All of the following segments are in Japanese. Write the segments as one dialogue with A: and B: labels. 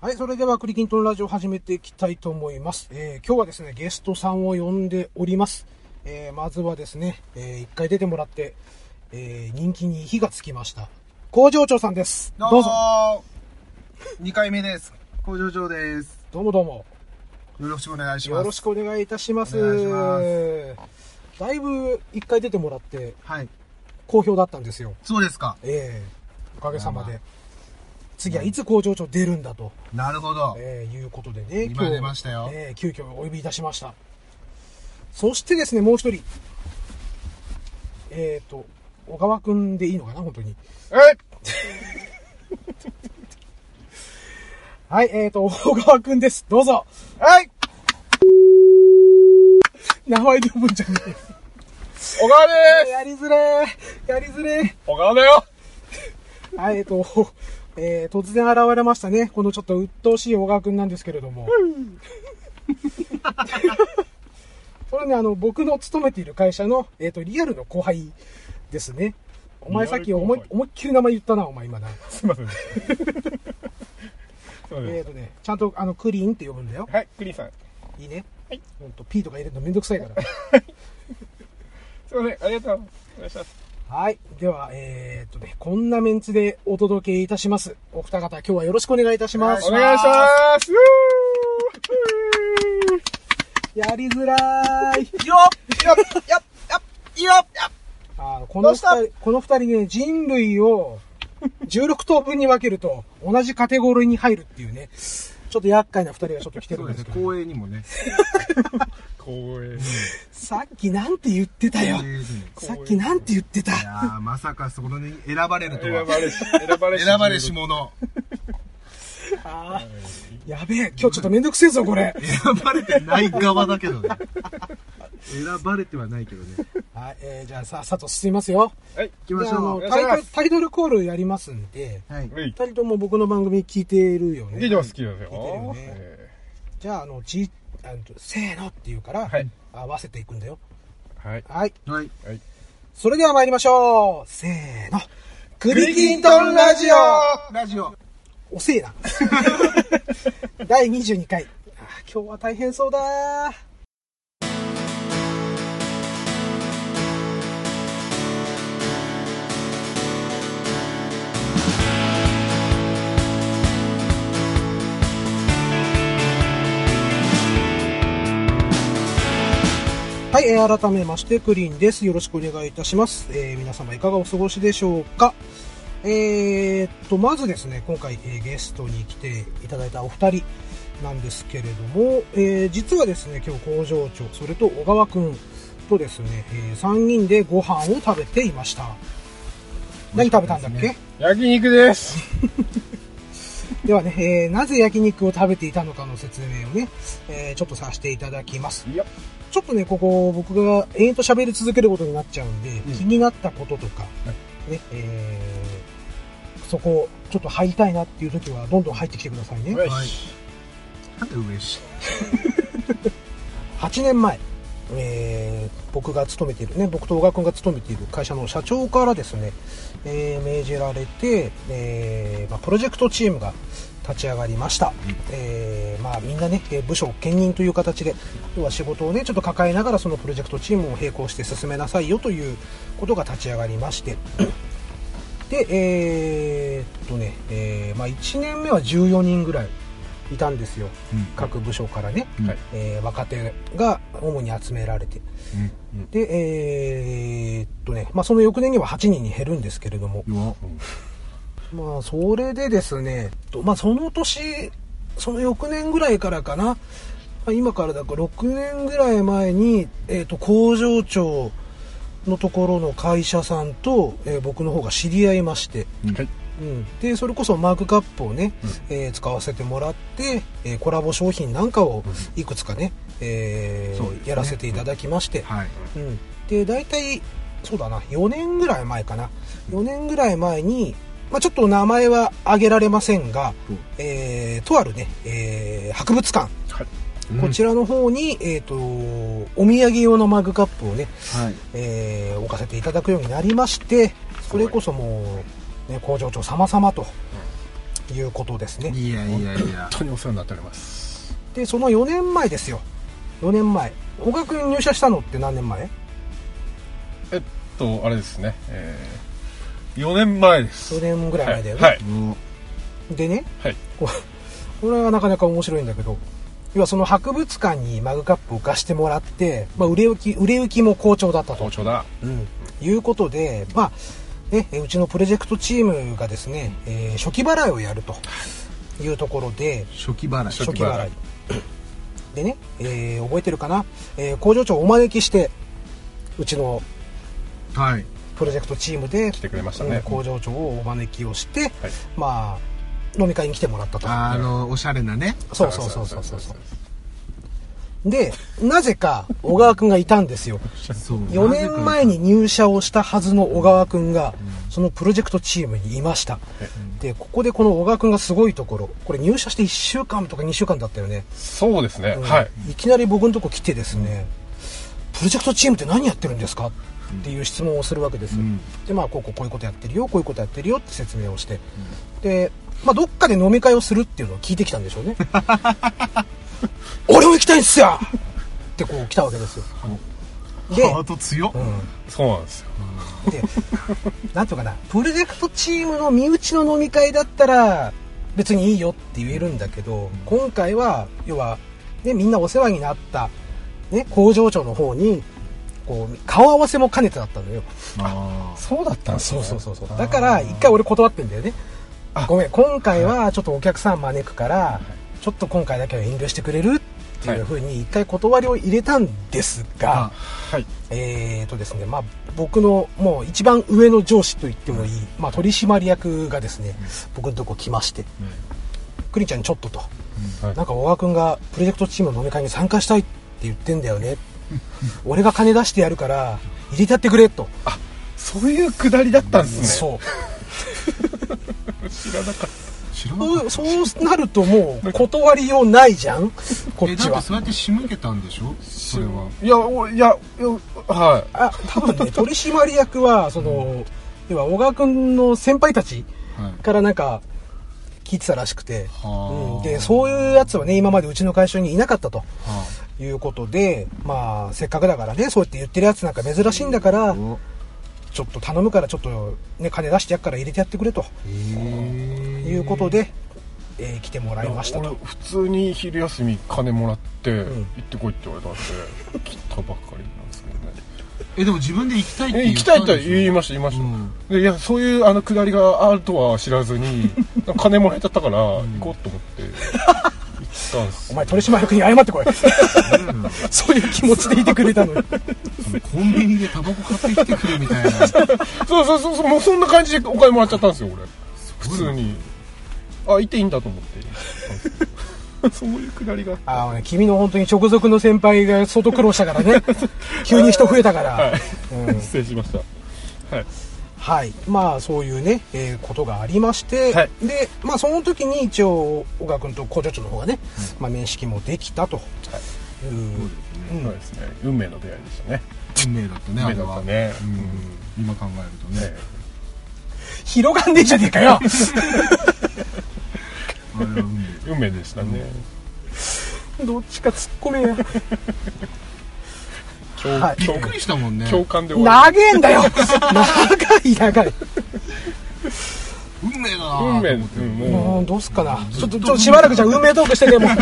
A: はい、それではクリキントンラジオ始めていきたいと思います。えー今日はですね、ゲストさんを呼んでおります。えーまずはですね、えー一回出てもらって、えー人気に火がつきました。工場長さんです。
B: ど
A: ど
B: う
A: う
B: ぞ
A: ぞ。
B: !2 回目です。工場長です。
A: どうもどうも。
B: よろしくお願いします。
A: よろしくお願いいたします。
B: お願いし
A: だいぶ一回出てもらって
B: はい。
A: 好評だったんですよ。
B: そうですか。
A: ええおかげさま
B: まあ
A: で
B: ま。
A: 次はいつ工場長出るんだと、
B: なるほど。
A: えーいうことでね、
B: 今出ましたよ
A: えー急遽お呼びいたしました。そしてですね、もう一人。えっ、と、小川くんでいいのかな、本当に。
B: え
A: はい、えっ、と、小川くんです。どうぞ。
B: はい
A: 名前で呼ぶんじゃねえよ
B: 小川で
A: やりづれーやりづれー
B: す小川だよ
A: はい、えっと、 えー突然現れましたね。このちょっと鬱陶しい小川くんなんですけれども。これね、あの、僕の勤めている会社の、えっ、と、リアルの後輩ですね。お前さっき思い
C: リアル後輩
A: 思いっきり名前言ったな、お前今な。
C: すいません。すいません
A: えっ、とね、ちゃんと、あの、クリーンって呼ぶんだよ。
C: はい、クリーンさん。
A: いいね。はい。ほんと、P とか入れるのめんどくさいから。
C: すいません、ありがとうございます。お願いします。
A: はい。では、えっ、とね、こんなメンツでお届けいたします。お二方、今日はよろしくお願いいたしま
B: お願い
A: す
B: し
C: お
B: ま。
C: 願いしますう
A: やりづらーい。
B: よっよっよっよっよっ
A: あーこの二
B: どう
A: 人、この二人ね、人類を16等分に分けると同じカテゴリーに入るっていうね、ちょっと厄介な二人がちょっと来てる
B: そうん
A: で
B: で
A: すす
B: ね
A: け。ど、
B: 光栄にもね。
C: ーん光栄。
A: さっきなんて言ってたよ。
B: 光栄にも
A: さっきなんて言ってた
B: い。やー、まさかそこに選ばれると
C: 選
B: は。
C: ばれし、選ばれし。
B: 選ばれし者。
A: あーやべえ、今日ちょっとめんどくせえぞ、これ。
B: 選ばれてない側だけ どね。選ばれてはないけどね。行
A: はい、えー、じゃあさ、さと進みますよ。
C: はい。
B: き
A: じ
B: ま
A: ゃ
B: し
A: ああ
B: ょ
A: の
B: う。
C: よ
A: タイト
C: お願い
A: ル、
C: しま
A: タイトルコールやりますんで、
B: はい。
C: うい。
A: 二人とも僕の番組聞いているよ
C: 聞いて
A: ね。
C: ます、聞いてますよ。
A: 聞いてるよね
C: え
A: じゃあ、あの、じ、あのせーのって言うから、
C: はい
A: 合わせていくんだよ。
C: ーはい。
A: はい。
B: はい。
C: はい。
A: それでは参りましょう。せーの。クリキントンラジオ
B: ラジオ
A: 遅えな。第22回。あー今日は大変そうだ。はい、えー改めまして、クリーンです。よろしくお願いいたします。えー皆様いかがお過ごしでしょうかえーっと、まずですね、今回、えーゲストに来ていただいたお二人なんですけれども、えー実はですね、今日工場長、それと小川くんとですね、え3人でご飯を食べていました。何食べたんだっけで,、
C: 焼肉です。
A: はね、えーなぜ焼肉を食べていたのかの説明をね、えーちょっとさせていただきます。
C: いや、
A: ちょっとね、ここ、僕が永遠と喋り続けることになっちゃうんで、
C: ん
A: 気になったこととか、ね、えーそこ、ちょっと入りたいなっていう時は、どんどん入ってきてくださいね。
C: よ
B: はい
C: し。
B: なんで嬉しい
A: 8年前、えー僕が勤めているね僕と小川君が勤めている会社の社長からですね、えー命じられて、えーまあ、プロジェクトチームが立ち上がりました、えーまあ、みんなねえー部署兼任という形で要は仕事をねちょっと抱えながらそのプロジェクトチームを並行して進めなさいよということが立ち上がりまして でえーっとね、えーまあ、1年目は14人ぐらいいたんですよ各部署からね、
B: うん
C: はい。
A: えー若手が主に集められてでえーっとね、まあ、その翌年には8人に減るんですけれども、
B: うん。よ
A: まあ、それでですね、とまあ、その年その翌年ぐらいからかな、まあ今からだから6年ぐらい前に、えーっと工場長のところの会社さんと、えー僕の方が知り合いまして、
C: はい。
A: うん、でそれこそマグカップをね、えー使わせてもらって、えーコラボ商品なんかをいくつかね、えー
B: そうですね
A: やらせていただきまして、
B: はい。
A: うん、で大体そうだな4年ぐらい前かな4年ぐらい前に、まあ、ちょっと名前は挙げられませんが、
B: そう
A: えーとあるね、えー博物館
C: はい。
A: こちらの方に、えー、とお土産用のマグカップをね、
B: はい。
A: えー置かせていただくようになりましてそれこそもう、ね、工場長様々と、いうことですね
B: いやいやいや
D: 本当にお世話になっております
A: でその4年前ですよ4年前小川君入社したのって何年前
D: えっとあれですね、えー、4年前です
A: 4年ぐらい前だよね、
D: はい
B: も
A: でね
D: はい
A: ここれはなかなか面白いんだけど要はその博物館にマグカップを貸してもらって、まあ、売れ行き売れ行きも好調だったと
D: 校長だ
A: うん、いうことで、まあね、えうちのプロジェクトチームがですね、えー初期払いをやるというところで
B: う、初期払い
D: 初
A: 初
D: 期
A: 期
D: 払い
A: 払い。でね、えー覚えてるかな、えー工場長をお招きして、うちの
B: はい
A: プロジェクトチームで、
D: 来てくれましたね
A: うん工場長をお招きをして、
D: はい
A: まあ、飲み会に来てもらったと。
B: あのおしゃれなね
A: そうそうそうそうそう
D: そう
A: で、なぜか小川くんがいたんですよ。
B: そう
A: 4年前に入社をしたはずの小川君がそのプロジェクトチームにいましたでここでこの小川君がすごいところこれ入社して1週間とか2週間だったよね、
D: そうですね、
A: うん
D: はい
A: いきなり僕のとこ来てですね、プロジェクトチームって何やってるんですかっていう質問をするわけですよ、
B: うん
A: でまあこうこうこういうことやってるよこういうことやってるよって説明をして、で、まあ、どっかで飲み会をするっていうのを聞いてきたんでしょうね俺も行きたいんすよってこう来たわけですよで、
B: ハート強っ、
A: うん
D: そうなんですよ
A: でなんとかなプロジェクトチームの身内の飲み会だったら別にいいよって言えるんだけど、今回は要は、ね、みんなお世話になった、ね、工場長の方にこう顔合わせも兼ねてだったのよ
B: あ
D: そうだったんです
A: そ
D: ね
A: うそうそうそうだから一回俺断ってんだよね
D: あ
A: ごめん今回はちょっとお客さん招くから、ちょっと今回だけは遠慮してくれるっていうふうに一回断りを入れたんですが、
B: あ
D: はい
A: えーとですねまあ、僕のもう一番上の上司と言ってもいい、まあ、取締役がですね、僕のとこ来まして、クリンちゃんにちょっとと、
D: はい
A: なんか小川君がプロジェクトチームの飲み会に参加したいって言ってんだよね、俺が金出してやるから、入れてやってくれと、
D: そういうくだりだったんですね
A: そう
B: 知らなかっ
A: そうそうなるともう断りようないじゃん、こ
B: たえ
A: っ
B: だ
A: ち
B: って
A: は。
B: そうやって仕向けたんでしょそれはい
D: やおいやいやは
A: あ多分 ね、取締役はその、要は小川君の先輩たち
B: はい
A: からなんか聞いてたらしくて。
B: は
A: うん、
B: あ
A: でそういうやつはね今までうちの会社にいなかったと
B: は
A: いうことでまあせっかくだからねそうやって言ってるやつなんか珍しいんだから
B: あお
A: ちょっと頼むからちょっと、ね、金出してやっから入れてやってくれと
B: えー
A: いうことで、えー来てもら
D: い
A: いました
D: 俺
A: と
D: 普通に昼休み金もらって、
A: ん
D: 行ってこいって言われたんで 来たばっかりなんですけどね
B: えでも自分で行きたいって
D: え
B: 言
D: 行
B: っ
D: きたい
B: たん
D: と
B: でし
D: は
B: ょ
D: 言いました言いました、
B: うん
D: でいやそういうあのくだりがあるとは知ら ずになんか金もらえちゃったから行こうと思って行ったんです
A: お前取締役に謝ってこい
B: うん
A: そういう気持ちでいてくれたのに
B: コンビニでタバコ買ってきてくれみたいな
D: そうそうそうそうもうそんな感じでお金もらっちゃったんですよ俺普通にあ行っていいんだと思って行ったんです そういうくだりが
A: あのね君の本当に直属の先輩が相当苦労したから ね急に人増えたから、
D: はい、
A: うん
D: 失礼しましたはい
A: はい、まあそういうね、えーことがありまして、
D: はい
A: で、まあ、その時に一応小川君と工場長の方がね、まあ、面識もできたという、うん
D: そうですね運命の出会いでしたね
B: 運命だったね
D: 運
B: あ
D: 命
B: れ
D: だった
B: は
D: ね
B: うん今考えるとね
D: え
A: 広がんねえじゃねえかよ
B: あれは運命
D: え運命でしたね、
A: どっちか突っ込めよ
D: 共
A: はい
D: 共
B: びっくりしたもんね
D: 共感で終わ
A: 長えんだよ長い長い
B: 運命だなぁ
D: る運命
B: と思って
D: うんも
A: も
D: う
A: うどうすっかなちょっとちょっとしばらくじゃあ運命トークしてねもう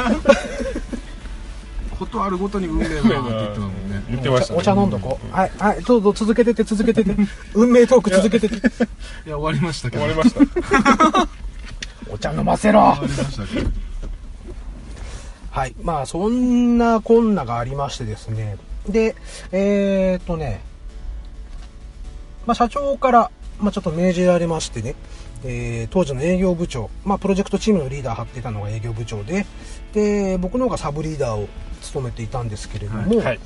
B: ことあるごとに運命だなぁって言ってたもんね
D: 言ってましたね
A: お茶飲んどこう、はいはいどうぞ続けてて続けてて運命トーク続けてて
B: いや終わりましたけ
D: 終
B: ど
D: わりました
A: お茶飲ませろ
B: 終わりましたけど
A: はい。まあ、そんなこんながありましてですね。で、えー、っとね、まあ、社長から、まあ、ちょっと命じられましてね、えー当時の営業部長、まあ、プロジェクトチームのリーダー張ってたのが営業部長で、で、僕の方がサブリーダーを務めていたんですけれども、
D: はい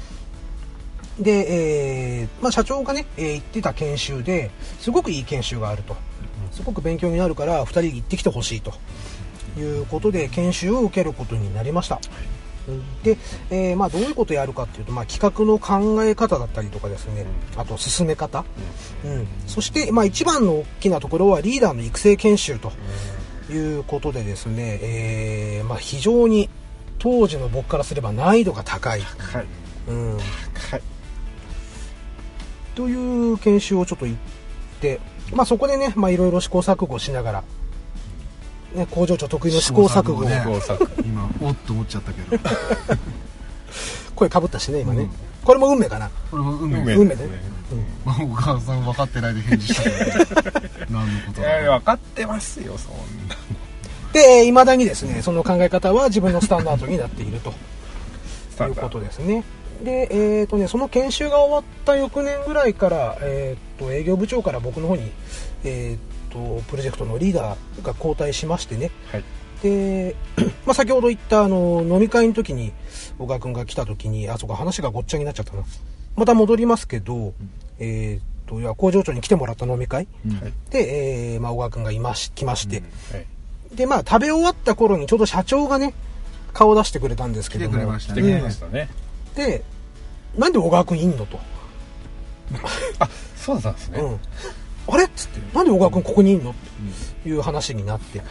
A: で、えーまあ、社長がね、えー行ってた研修ですごくいい研修があるとすごく勉強になるから2人行ってきてほしいということで研修を受けることになりましたで、えーまあ、どういうことやるかっていうと、まあ、企画の考え方だったりとかですねあと進め方、うん、そして、まあ、一番の大きなところはリーダーの育成研修ということでですね、えーまあ、非常に当時の僕からすれば難易度が高い、
D: はい
A: うん、
D: はい
A: という研修をちょっと行って、まあ、そこでねまあいろいろ試行錯誤しながら、ね、工場長得意の試行錯誤
B: 試行錯誤ね
D: 合作
B: 今おっと思っちゃったけど
A: 声かぶったしね今ね、
B: うん
A: これも運命かな
B: これは運
D: 運
B: 命
D: 命
A: 運
D: 運
A: 命
D: 命
A: ね
D: ね
B: ま あお母さん分かってないで返事したから何のこと
C: い
B: だ
C: やいや分かってますよそんな
A: でいまだにですねその考え方は自分のスタンダードになっていると
C: ス
A: と
C: タ
A: い
C: ン
A: う
C: ダ
A: こ
C: ード
A: とですねでえーとねその研修が終わった翌年ぐらいから、えー、と営業部長から僕の方に、えー、とプロジェクトのリーダーが交代しましてね
D: はい
A: で、 まあ、先ほど言ったあの飲み会の時に小川君が来た時にあそこ話がごっちゃになっちゃったなまた戻りますけど、えー、といや工場長に来てもらった飲み会
B: うん
D: はい
A: で、えーまあ、小川君がいまし来まして、
D: はい
A: でまあ食べ終わった頃にちょうど社長がね顔出してくれたんですけ
B: 来
A: ど
B: て
A: も
B: くれました
D: 来てくれ
B: ね
D: ましたね
A: でなんで小川君いんのと、
D: あそうだったんですね
A: うん、あれっつってなんで小川君ここにいんのっていう話になって、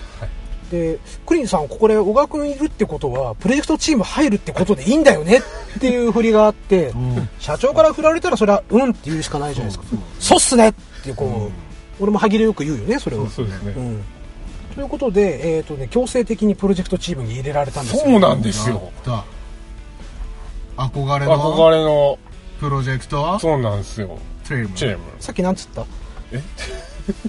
A: でクリンさんこれ小川君いるってことはプロジェクトチーム入るってことでいいんだよねっていう振りがあって
B: うん
A: 社長から振られたらそれはうんって言うしかないじゃないですか
B: そう
A: そうっすねっていうこう、俺も歯切れよく言うよねそれを
D: そうそうです
A: う
D: ね
A: んということで、えーとね、強制的にプロジェクトチームに入れられたんですよ
D: そうなんですよ
B: やった憧れ
D: 憧
B: の
D: れの
B: プロジェクト
D: そうなんですよ
B: チーム
D: チーム
A: さっきなんつったえ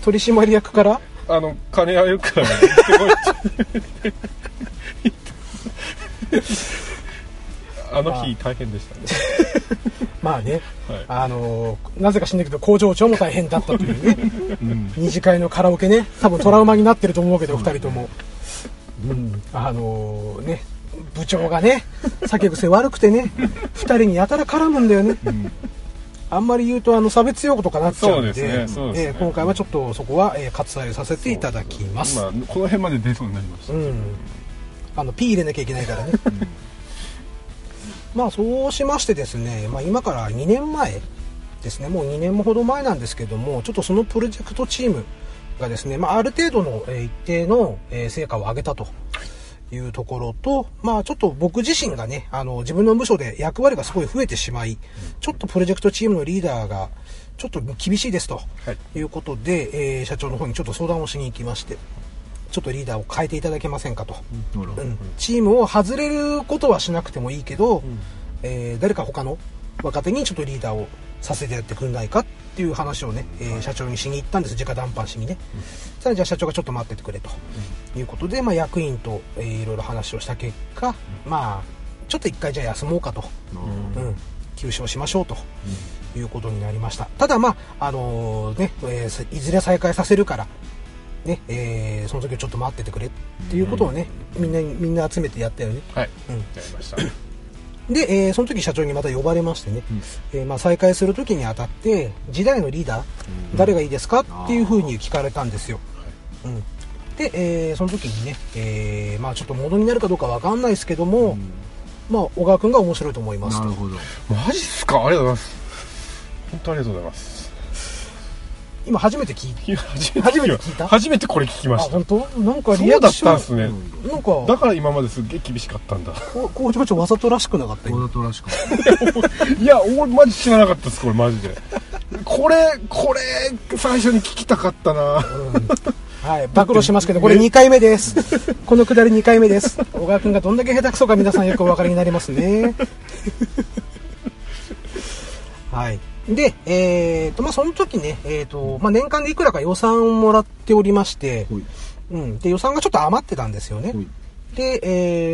A: 取締役から
D: あの金あゆから行ってこいって あの日大変でしたね
A: まあね、
D: はい
A: あのーなぜか知んないけど工場長も大変だったというね 二次会のカラオケね多分トラウマになってると思うけどお二人とも、うん、あのーね部長がね酒癖悪くてね二人にやたら絡むんだよね、あんまり言うとあの差別用語とかなっちゃうんで
D: そうですねそうですね
A: えー今回はちょっとそこは、えー割愛させていただきます
D: 今この辺まで出そうになりました
A: うん、あの P 入れなきゃいけないからね、まあそうしましてですね、まあ、今から2年前ですねもう2年ほど前なんですけどもちょっとそのプロジェクトチームがですね、まあ、ある程度のえー一定のえー成果を上げたというところと、まあ、ちょっと僕自身がねあの自分の部署で役割がすごい増えてしまいちょっとプロジェクトチームのリーダーがちょっと厳しいですということで、えー社長の方にちょっと相談をしに行きましてちょっとリーダーを変えていただけませんかと、
B: ほら
A: うんチームを外れることはしなくてもいいけど、えー誰か他の若手にちょっとリーダーをさせてやってくんないかっていう話をね、えー社長にしに行ったんです直談判しにね、さらにじゃあ社長がちょっと待っててくれということで、まあ、役員と、えーいろいろ話をした結果、まあちょっと一回じゃあ休もうかと、うん、休止をしましょうと。いうことになりましたただまああのね、えーいずれ再開させるからねえーその時をちょっと待っててくれっていうことをね、みんなにみんな集めてやったよね
D: はい
A: うん
D: やりました
A: で、えーその時社長にまた呼ばれましてね、えーまあ、再開する時にあたって時代のリーダー、誰がいいですかっていうふうに聞かれたんですよ、うん、で、えーその時にね、えーまあ、ちょっと物になるかどうかわかんないですけども、まあ、小川君が面白いと思います
B: な
A: と
B: るほど
D: マジっすかありがとうございます本当ありがとうございます
A: 今初めて聞い
D: いや初
A: 初めて
D: めて
A: 聞いた
D: 初めてこれ聞き
A: た
D: ま
A: あ
D: した
A: 本当なんかリ
D: そ
A: ア
D: う
A: ク
D: だっ
A: ション
D: たんすね
A: なん
D: だ
A: か
D: から今まですっげえ厳しかったんだ
A: こ工場長わざとらしくなかった今
B: 大田とらしく
D: いや俺マジ知らなかったですこれマジでこれこれ最初に聞きたかったな
A: はい、暴露しますけど、これ2回目です。このくだり2回目です。小川君がどんだけ下手くそか皆さんよくお分かりになりますね。はい。で、えっ、と、まあ、その時ね、えっ、と、まあ、年間でいくらか予算をもらっておりまして、
B: ほい
A: うん。で、予算がちょっと余ってたんですよね
B: ほ。い
A: で、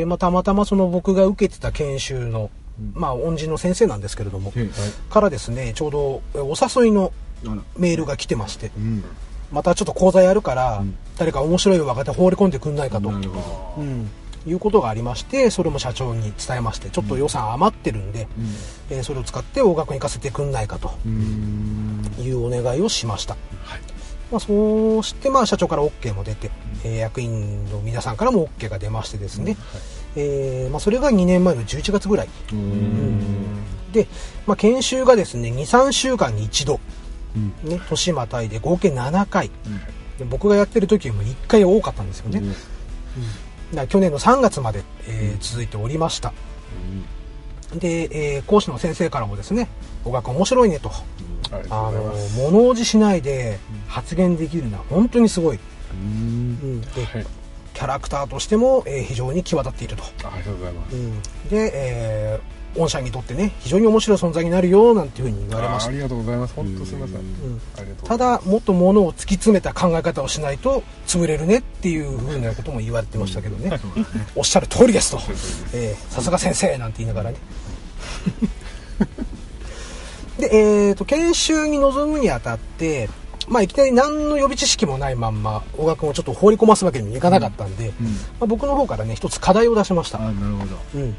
A: えーまあ、たまたまその僕が受けてた研修の、まあ、恩人の先生なんですけれども
B: へ、い
A: からですね、ちょうどえお誘いの
B: あら
A: メールが来てまして、
B: うん
A: またちょっと講座やるから、誰か面白い若手放り込んでくんないかと、
B: なるほ
A: うんいうことがありましてそれも社長に伝えましてちょっと予算余ってるんで、えーそれを使って大学に行かせてくんないかと
B: どうーん
A: いうお願いをしました、まあ、そうしてまあ社長から OK も出て、えー役員の皆さんからも OK が出ましてですね、えーまあ、それが2年前の11月ぐらいで、まあ、研修がですね23週間に一度、ね、年またいで合計7回で僕がやってる時よりも1回多かったんですよね、
D: うん
A: だから去年の3月まで、えー続いておりましたで、えー講師の先生からもですね「小川君面白いね」と
D: ありがとう
A: あ
D: ござい
A: の
D: ます。
A: 物おじしないで発言できるのは本当にすごい、
D: うん
A: で
D: はい、
A: キャラクターとしても、えー非常に際立っていると、
D: ありがとうございます。
A: で、えー御社にとってね非常に面白い存在になるよなんていうふうに言われまし
D: あ
A: た
D: ありがとうございます。本当すみません。
A: うん
D: ありがとうご
A: た
D: ざいま
A: だもっとものを突き詰めた考え方をしないと潰れるねっていうふうなことも言われてましたけどねおっしゃる通りですとえーさすが先生なんて言いな がらねで、えー、と研修に臨むにあたってまあいきなり何の予備知識もないまんま小川君をちょっと放り込ますわけにもいかなかったんで、
B: うんうん
A: まあ、僕の方からね一つ課題を出しました、
B: あなるほど
A: うん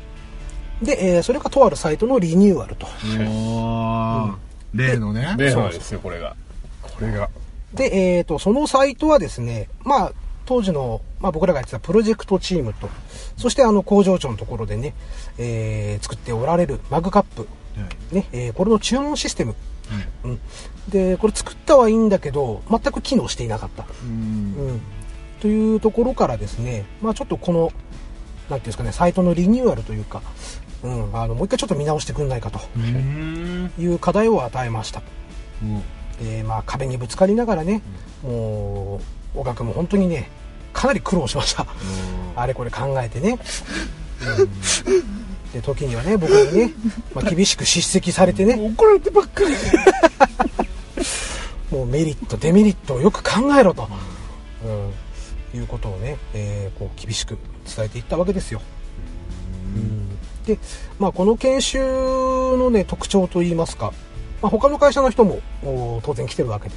A: で、えーそれがとあるサイトのリニューアルと
B: おー例のね
D: す。例のですよ、これが。これが。
A: で、えー、とそのサイトはですね、まあ、当時の、まあ、僕らがやってたプロジェクトチームとそしてあの工場長のところでね、えー作っておられるマグカップ、
B: はい
A: ねえーこれの注文システム、
B: はい
A: うん、でこれ作ったはいいんだけど全く機能していなかった、
D: うん。
A: うん、というところからですね、まあ、ちょっとこのなんていうんですかねサイトのリニューアルというか、うん、あのもう一回ちょっと見直してくんないかと
B: うーん
A: いう課題を与えました。
B: もう
A: でまあ、壁にぶつかりながらね、もう小川君も本当にねかなり苦労しましたあれこれ考えてね、うんで時にはね僕にね、まあ、厳しく叱責されてね
D: 怒られてばっかり。
A: もうメリットデメリットをよく考えろと、うん、いうことをね、えーこう厳しく伝えていったわけですよ、うんで、まあ、この研修のね特徴といいますか、まあ、他の会社の人もお当然来てるわけで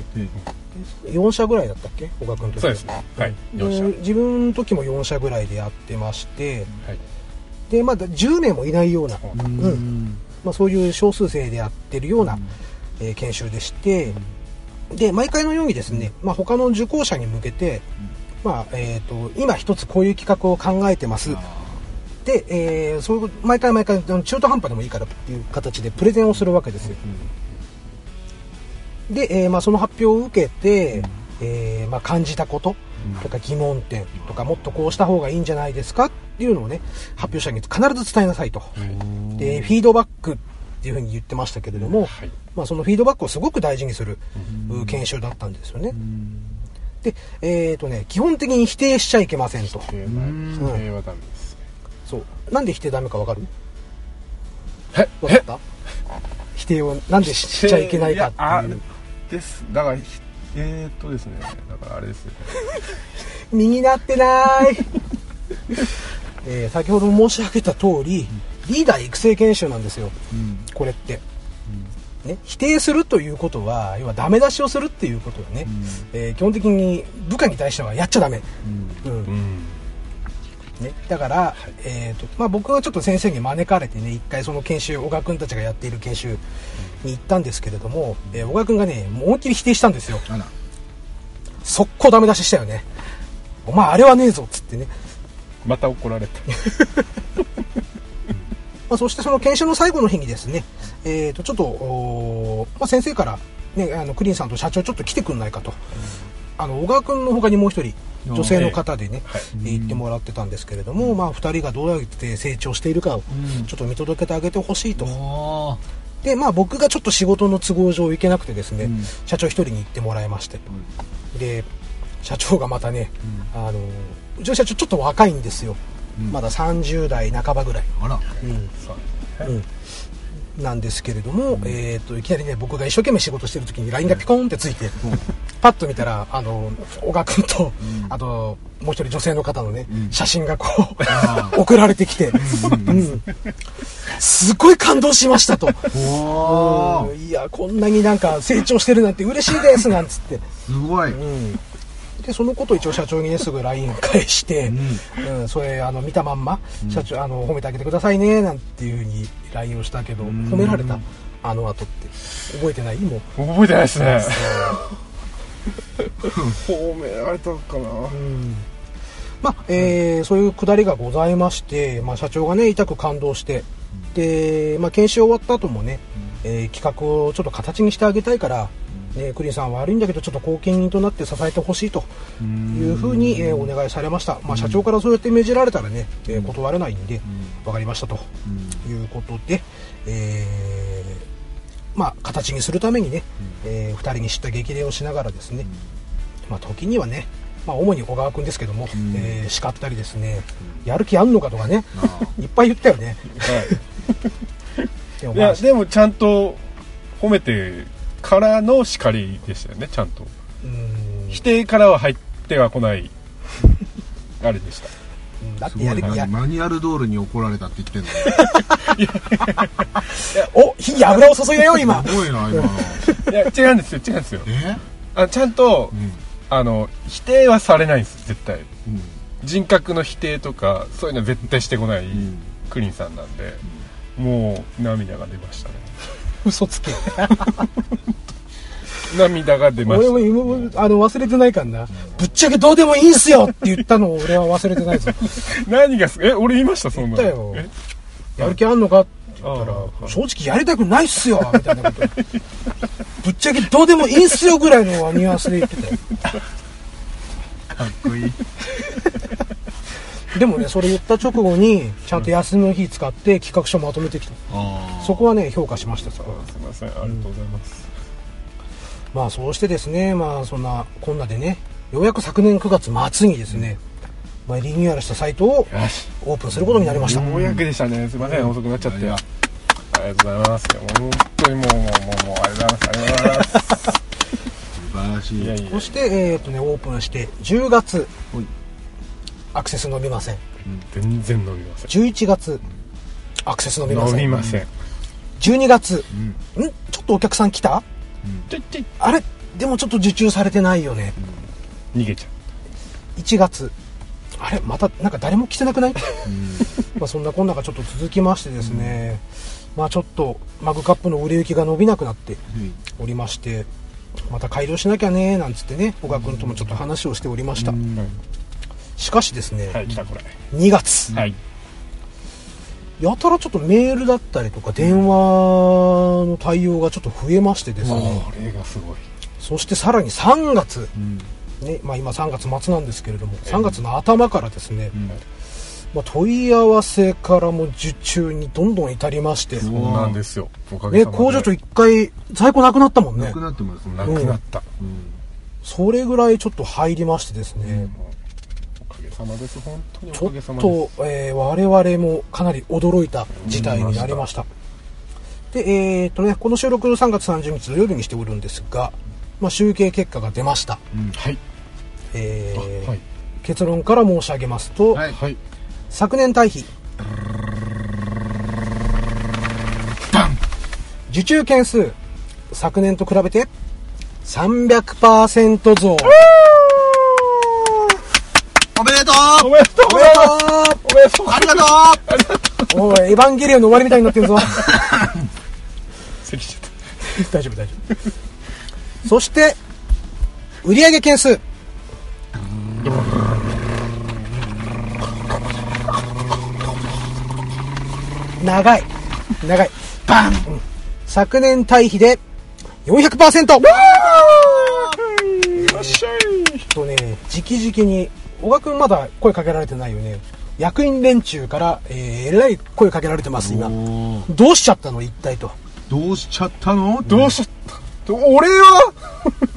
B: え
A: 4社ぐらいだったっけ小川君と
D: そうですね。はい。よっしゃ。
A: 自分の時も4社ぐらいでやってまして
D: はい。
A: でまだ10名もいないような、
D: そう
B: うー
A: うんまあ、そういう少数生でやってるような、えー研修でして、で毎回のようにですね、まあ、他の受講者に向けて、まあえー、と今一つこういう企画を考えてますで、えーそういう毎回毎回あの中途半端でもいいからっていう形でプレゼンをするわけですよ、で、えーまあ、その発表を受けて、えーまあ、感じたこととか疑問点とかもっとこうした方がいいんじゃないですかっていうのをね発表者に必ず伝えなさいと、でフィードバックっていうふうに言ってましたけれども、
D: はい。
A: まあ、そのフィードバックをすごく大事にするう研修だったんですよね。で、えっ、とね、基本的に否定しちゃいけませんと。
D: 平
A: う
D: 和。
A: ん
D: 平和ダメですね。
A: そう。なんで否定ダメかわかる
D: え
A: わかった否定をなんでししちゃいけないか
D: やあ
A: っていう。
D: です。だから、ひえーっとですね。だからあれですよね。
A: 身になってない、えー先ほども申し上げた通り、リーダー育成研修なんですよ。
B: うん
A: これって、ね、否定するということは要はダメ出しをするっていうことはね、えー基本的に部下に対してはやっちゃダメ、うん
D: うん。
A: ね、だから、えーとまあ、僕はちょっと先生に招かれてね一回その研修小川君たちがやっている研修に行ったんですけれども、えー小川君がねもう思いっきり否定したんですよ
B: あら
A: 速攻ダメ出ししたよねお前あれはねえぞっつってね、
D: また怒られた。
A: まあ、そしてその研修の最後の日にですね、えー、とちょっと、おーまあ、先生から、ね、あのクリーンさんと社長ちょっと来てくんないかと、あの小川君の他にもう一人女性の方でね、えー行ってもらってたんですけれども、まあ、2人がどうやって成長しているかをちょっと見届けてあげてほしいと、
B: おー
A: でまあ、僕がちょっと仕事の都合上行けなくてですね、
B: ん
A: 社長一人に行ってもらいまして、で社長がまたね、あのうちの社長ちょっと若いんですよ、まだ30代半ばぐらい。
B: あら
A: うん
D: そう
A: うん、なんですけれども、えー、といきなりね僕が一生懸命仕事してる時に LINE がピコーンってついて、パッと見たらあの小川君と、あともう一人女性の方のね、写真がこう送られてきて、うん、すごい感動しましたと。
B: おー
A: うんいやこんなになんか成長してるなんて嬉しいですなんつって、
B: すごい
A: うん、でそのことを一応社長にねすぐ LINE を返して、うんそれあの見たまんま社長あの褒めてあげてくださいねなんていうふうに LINE をしたけど褒められたあの後って覚えてないもう
D: 覚えてないですね。褒められたかな。
A: まあえーそういうくだりがございまして、まあ、社長がね痛く感動してで、まあ、研修終わった後もね、えー企画をちょっと形にしてあげたいから、ね、クリンさん悪いんだけどちょっと後見人となって支えてほしいというふうに、えーお願いされました、まあ、社長からそうやって命じられたらね、えー断れないんで分かりましたということで、えーまあ、形にするためにね、え2人に知った激励をしながらですね、まあ、時にはね、まあ、主に小川君ですけども、えー叱ったりですね、やる気あんのかとかね、いっぱい言ったよね。でも
D: い
A: まあ
D: やでもちゃんと褒めてからの叱りでしたよねちゃんと
A: うん
D: 否定からは入ってはこないあれでした
A: だっ
B: す
A: て
B: ご
A: や
B: い
A: る気
B: な
A: や
B: マニュアル通りに怒られたって言ってんの
A: お火に油を注いだよ今
B: すごいな今の
D: いや違うんですよ違うんですよ
B: え
D: あちゃんと
B: うん
D: あの否定はされないんです絶対
B: うん
D: 人格の否定とかそういうのは絶対してこない、
B: ん
D: クリンさんなんで、もう涙が出ましたね
A: 嘘つけ
D: 涙が出 ま
A: 俺
D: した
A: も今もあの忘れてないからな、ぶっちゃけどうでもいいんすよって言ったのを俺は忘れてないぞ
D: 何がすえ俺言いましたそんなの
A: 言ったよ
D: え
A: やる気あんのかって言ったら
D: ああ
A: 正直やりたくないっすよみたいなことぶっちゃけどうでもいいんすよぐらいのニュアンスで言ってたよ
B: かっこいい
A: でもねそれ言った直後にちゃんと休みの日使って企画書まとめてきた
B: あ
A: そこはね評価しましたさ
D: あすいませんありがとうございます、
A: まあそうしてですね、まあそんなこんなでね、ようやく昨年9月末にですね、まあ、リニューアルしたサイトを
D: よし
A: オープンすることになりました。
D: ようやくでしたねすいません遅くなっちゃって
B: いや
D: ありがとうございますいや本当にもうもうもうもうありがとうございますありがとうございます
B: 素晴らしい
D: いやいや
A: そして、えーとね、オープンして10月
B: ほい、
A: アクセス伸びません。
D: 全然伸びません
A: 11月、アクセス伸びま
D: 伸
A: せ
D: び
A: ん。
D: ません
A: 12月、
B: うん
A: んちょっとお客さん来た
D: ちょいちょい
A: あれでもちょっと受注されてないよね。
D: 逃げちゃ
A: 1月、あれまたなんか誰も来てなくない
B: うん
A: まあそんなこんながちょっと続きましてですね、まあちょっとマグカップの売れ行きが伸びなくなって、
B: うん
A: おりましてまた改良しなきゃねなんつってね小川君ともちょっと話をしておりました
D: ううん
A: しかしですね、
D: はい来たこれ
A: 2月
D: はい
A: やたらちょっとメールだったりとか電話の対応がちょっと増えましてですね
D: これがすごい
A: そしてさらに3月、
B: うん
A: ねまあ、今3月末なんですけれども3月の頭からですね、
B: ん
A: まあ、問い合わせからも受注にどんどん至りまして、
B: ご
D: そうなんですよおかげ
A: ね、
D: さまで
A: 工場長1回在庫なくなったもん
B: な
A: ね
B: くなってますね
D: なくなった、
B: うん
A: それぐらいちょっと入りましてですね、
D: おかげさまです本当に
A: ち
D: お
A: ょ
D: かげさ
A: っ
D: まです
A: と、えー我々もかなり驚いた事態になりました。で、えーっとね、この収録3月30日土曜日にしておるんですが、まあ、集計結果が出ました。
D: はい
A: えー
D: はい
A: 結論から申し上げますと、
B: はい
D: はい
A: 昨年対比、受注件数、昨年と比べて300%増。
B: おめでと
D: お
B: う
D: めでとうございますおめでとう
B: ありがとう
A: おい、エヴァンゲリオンの終わりみたいになってるぞ。
D: 咳しちゃっ
A: 大丈夫大丈夫そして売上件数長い長いバン、うん昨年対比で400%
D: たいらっしゃい
A: とね直々に小川君まだ声かけられてないよね役員連中から、えーえらい声かけられてます今
B: おー
A: どうしちゃったの一体と
B: どうしちゃったの
D: どうしちゃったど俺は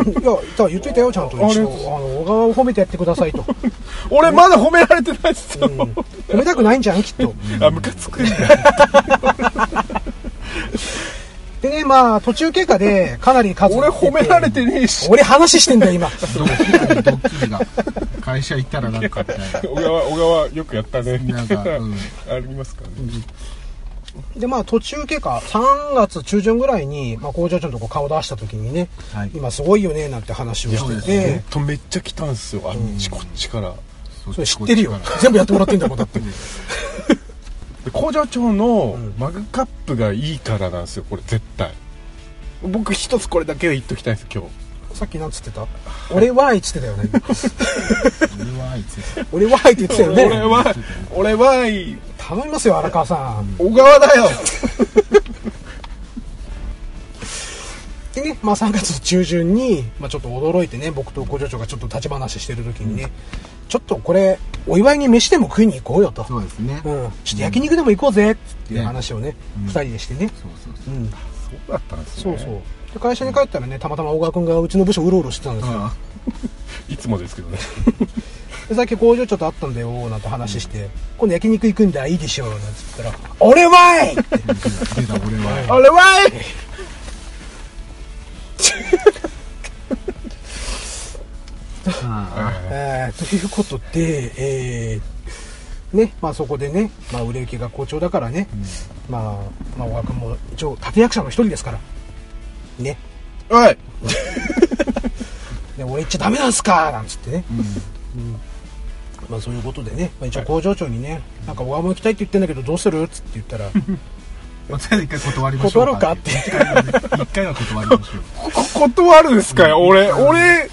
D: い
A: やだ言っといたよちゃんと一応
D: あれ
A: あの小川を褒めてやってくださいと
D: 俺まだ褒められてないっすよ、
A: うん褒めたくないんじゃんきっと
D: あムカつくんだ
A: でねまあ途中経過でかなり数
D: 俺褒められてねえし
A: 俺話してんだよ今
B: ドッキリドッキリが会社行ったらなんかみたいな
D: 小川小川よくやったねみた
B: なん
D: い
B: か
D: な
B: うん
D: ありますからね、
A: でまあ途中経過3月中旬ぐらいに、まあ、工場長のとこ顔出した時にね、
B: はい
A: 今すごいよねなんて話を
B: そうで
A: して
B: す
A: て、
D: ほんとめっちゃ来たんすよあっちこっちから、
A: それ知ってるよ
B: そっちこっちか
A: 全部やってもらってんだ もんだって
D: で工場長の
A: ん
D: マグカップがいいからなんですよこれ絶対僕一つこれだけは言っときたいんです今
A: さっきなんつってた俺はーいっつってたよね今
B: ら俺はあいつ
A: 俺はーいって言ってたよ
D: 日 俺
A: ね
D: は俺は
A: 頼みますよ荒川さん
D: 小川だよ
A: でね、まあ、3月中旬に、まあ、ちょっと驚いてね僕と工場長がちょっと立ち話してる時にね、ちょっとこれお祝いに飯でも食いに行こうよと、
B: そうですね。
A: う、
B: そうん
A: ちょっと焼肉でも行こうぜっていう
B: ね
A: 話をね、
B: うん
A: 2人でしてね、
B: そうそうう。
A: ん、
D: そうだったんです
A: そ
D: ね
A: うそうで会社に帰ったらねたまたま小川君がうちの部署うろうろしてたんですよ、
B: あ
D: いつもです けどね
A: でさっき工場長と会ったんだよなんて話して、今度焼肉行くんだいいでしょなんて言ったら「俺 はい!」
B: あ、出た俺は。
C: あれはい
B: あ
A: えーということで、えーねまあ、そこでね、まあ、売れ行きが好調だからね、まあ、まあ、小川君も一応、立役者の一人ですから、ね、
D: おい
A: で俺行っちゃダメなんすかなんつってね、
B: あうん
A: まあ、そういうことでね、まあ、一応、工場長にね、なんか小川も行きたいって言ってんだけど、どうするっつって言ったら、
B: まあとりあえず一回断りましょう。
A: 断ろうかって
B: 一回はね一回は断りましょう。
D: こ断るですかよ俺俺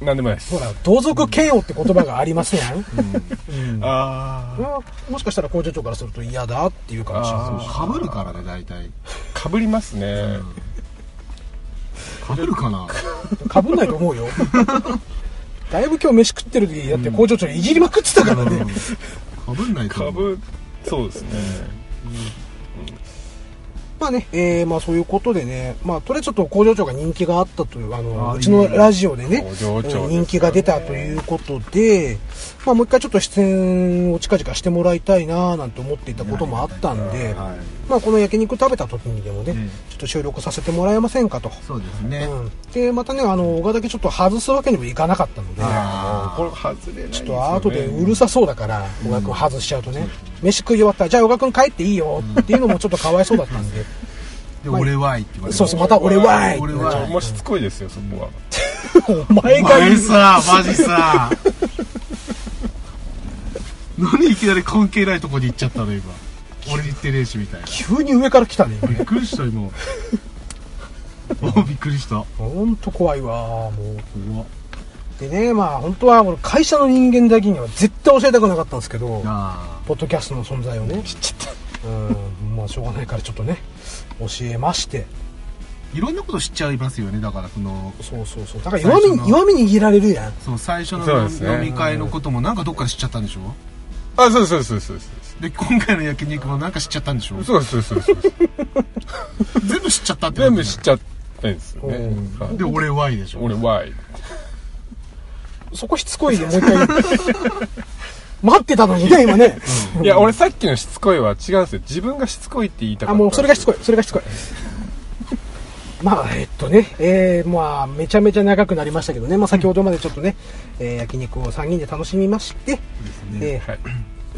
D: なんでもないです
A: ほら、同族嫌悪って言葉がありますやん、うん
D: ああ
A: もしかしたら工場長からすると嫌だっていうかもしれない
D: あ
B: か
D: ー
B: ぶるからね、大体。
D: かぶりますね
B: かぶるかな。
A: かぶんないと思う よだいぶ今日飯食ってる時だって工場長いじりまくってたからね、
B: かぶんないと
D: か
B: 思う。
D: ぶそうですね
A: まあね、えーまあそういうことでね、まあとりあえずちょっと工場長が人気があったという、あの、
B: あー
A: うちのラジオでね、
D: 工場長ですか
A: う
D: らね
A: ん人気が出たということで、まあもう一回ちょっと出演を近々してもらいたいなぁなんて思っていたこともあったんで、
B: はい。
A: まあこの焼肉食べた時にでもね、
B: うん
A: ちょっと収録させてもらえませんかと。
B: そうですね。
A: うん、で、またね、あの、小川だけちょっと外すわけにもいかなかったので、
B: あ
D: あー
B: あ
D: これ外れない
A: ちょっと後でうる
D: さ
A: さそうだから、小川君外しちゃうとね、飯食い終わったら、じゃあ小川君帰っていいよっていうのもちょっとかわいそうだったんで、
B: で、俺はいって言われて
A: そうそう、また俺はーいって
B: 俺
A: なっちゃう
B: は
D: もうしつこいですよそこは
A: お前
B: お
A: が言
B: 前
A: う
B: さ、マジ さ。何いきなり関係ないとこに行っちゃったの、今。俺に言ってねえし、みたいな。
A: 急に上から来たね
B: びっくりした、今。おびっくりした。
A: 今ほんと怖いわもう
B: 怖っ
A: でねまあ本当は俺会社の人間だけには絶対教えたくなかったんですけど
B: あ
A: ポッドキャストの存在をねうんまあしょうがないからちょっとね教えまして
B: ーいろんなこと知っちゃいますよね、だから、その、
A: そうそうそうだから弱み
B: 最初の
A: 弱み握られるやん
B: そう最初
D: そう
B: の
D: ですね
B: 飲み会のこともなんかどっかで知っちゃったんでしょ
D: あそうそうそうそうそう
B: で、今回の焼肉もなんか知っちゃったんでしょ
D: そうそうそうそうそう
B: 全部知っちゃったってこと
D: 全部知っちゃってんですよね
A: うん
D: はい
B: で、俺はいでしょ
D: 俺 Y
A: そこしつこいでもう一回 言う待ってたのにね今ね、
D: いや俺さっきのしつこいは違うんですよ自分がしつこいって言いたか
A: あ
D: ったん
A: もう
D: です
A: そ
D: よ
A: れがしつこいそれがしつこいまあえっとねえー、まあめちゃめちゃ長くなりましたけどね、まあ、先ほどまでちょっとね、えー焼肉を3人で楽しみましてで,、
D: はい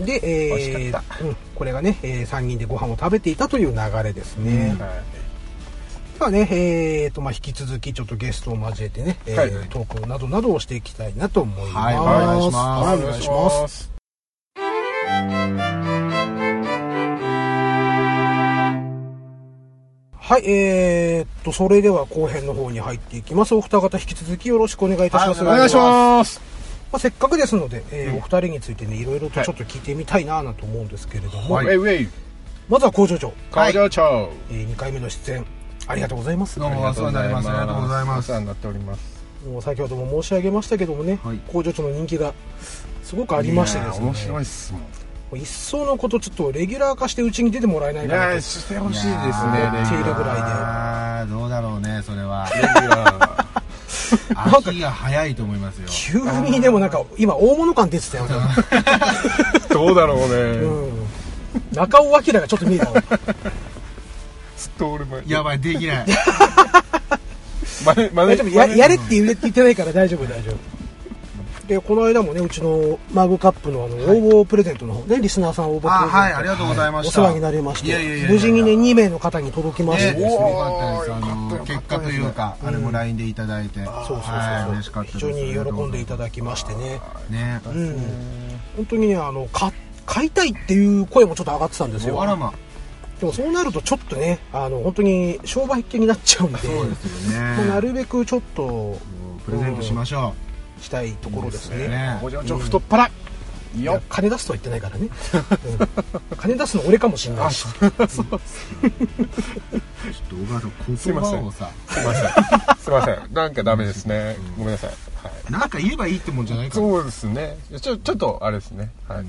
A: で
D: 美味し
A: え
D: かっ
A: ーうん、これがね、え3人でご飯を食べていたという流れですね、で
D: はい
A: はねえーとまあ、引き続きちょっとゲストを交えてね、えー
D: はい
A: トークなどなどをしていきたいなと思います、
B: はいお願いします
A: はいお願いします
D: す
A: はいえーとそれでは後編の方に入っていきますお二方引き続きよろしくお願いいたします、
B: はい
D: お願いします
A: まあ、せっかくですので、えーお二人についてねいろいろとちょっと聞いてみたいなぁなんて思うんですけれども、
D: ウェイウェイ
A: まずは工場長、
D: 工場長
A: え2回目の出演ありがとうございます
B: どう
A: も
B: もお世話になりますありがとうございま
D: お世
B: す
D: 話になっております
A: う先ほども申し上げましたけどもね、
B: はい
A: 工場長の人気がすごくありましてですね
D: 面白いっすもん
A: もう一層のことちょっとレギュラー化してうちに出てもらえない
D: い
A: かな
D: や
A: と
D: してほしいですね
A: やー
D: レギュ
A: 手入れ
D: ラ
A: ぐらいで
B: ああどうだろうねそれは
D: ー
B: 秋が早いと思いますよ
A: 急にでもなんか今大物感出てた よね、
D: どうだろう
A: う
D: ね
A: ん、中尾明がちょっと見えたわ
D: ずっと俺も
B: やばいできない
D: まねまね
A: 大丈夫ややれって言え言ってないから大丈夫大丈夫でこの間もねうちのマグカップのあの応募プレゼントの方ね、リスナーさん応募プレゼン
B: あ
A: ト
B: はいありがとうございま
A: お
B: した
A: 世話になりまし
B: いやいやい
A: て
B: や
A: 無事にね2名の方に届きまして
B: ね、
A: です
B: よ
A: ね
B: かったですあ
D: おーよか
B: の
D: った
B: 結果というか、あれも LINE でいただいて
A: そうそうそう
B: はい嬉し
A: そ
B: か
A: う
B: った
A: 非
B: です
A: 常に喜んでい
B: あ
A: ただきましてね
B: りがとうござ
A: う
B: いますね
A: ん本当にねあのか買いたいっていう声もちょっと上がってたんですよ
B: あらま
A: でもそうなるとちょっとねあの本当に商売っ気になっちゃうんで
B: そうですよ
A: まあ
B: ね
A: なるべくちょっと
B: プレゼントしましょ
A: したいところです
B: う
A: ね
B: ね
D: 工場長太っ腹
A: い
D: い
A: や
D: や
A: 金出すとは言ってない からね、うん金出すの俺かもしんないし
B: ょっと小川さん
D: すい
B: 言
D: ませ
B: 葉
D: ん
B: をさ
D: すいませんすいませんなんかダメですねごめんなさい、はい、
B: なんか言えばいいってもんじゃないから
D: そうですねちょちょっとあれですねはい、
B: うん